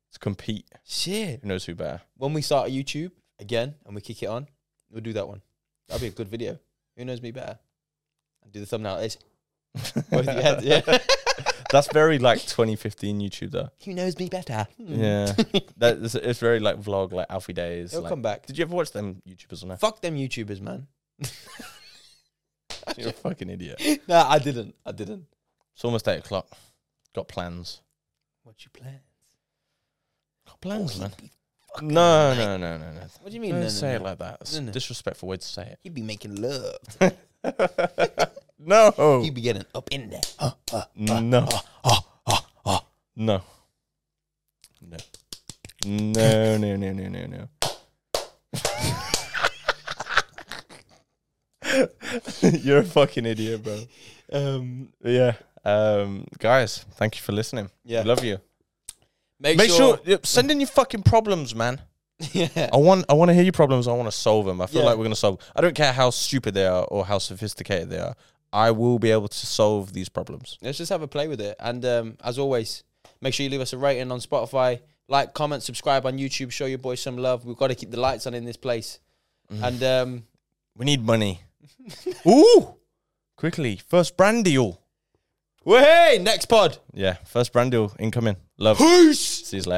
A: Let's compete.
B: Shit.
A: Who knows who better?
B: when we start YouTube again and we kick it on, we'll do that one. That'll be a good video. Who knows me better? I'll do the thumbnail. like this. Both your heads, yeah.
A: That's very like 2015 YouTube though.
B: Who knows me better? Hmm.
A: Yeah, that is, it's very like vlog, like Alfie Days.
B: It'll
A: Like,
B: come back.
A: did you ever watch them YouTubers on that?
B: Fuck them YouTubers, man.
A: You're a fucking idiot.
B: no, I didn't. I didn't.
A: It's almost eight o'clock. Got plans.
B: What you plan?
A: Got
B: Oh,
A: plans, man. No, no, no, no, no.
B: What do you mean?
A: Don't
B: No, no,
A: say it
B: no.
A: like that. It's
B: No,
A: a
B: no.
A: disrespectful way to say
B: He'd be making love.
A: it. no,
B: He'd be getting up in there. Huh, huh.
A: no, no, no, no, no, no, no, no, no. You're a fucking idiot, bro.
B: Um,
A: Yeah. Um, guys, thank you for listening.
B: yeah.
A: We love you.
B: Make,
A: Make sure, yep, send in your fucking problems, man.
B: yeah.
A: I want I want to hear your problems. I want to solve them. I feel
B: Yeah.
A: like we're gonna solve. I don't care how stupid they are or how sophisticated they are. I will be able to solve these problems.
B: Let's just have a play with it. And um, as always, make sure you leave us a rating on Spotify. Like, comment, subscribe on YouTube. Show your boys some love. We've got to keep the lights on in this place. And um,
A: We need money. Ooh, quickly, first brand deal.
B: hey, next pod.
A: Yeah, first brand deal incoming. Love.
B: Peace.
A: See you later.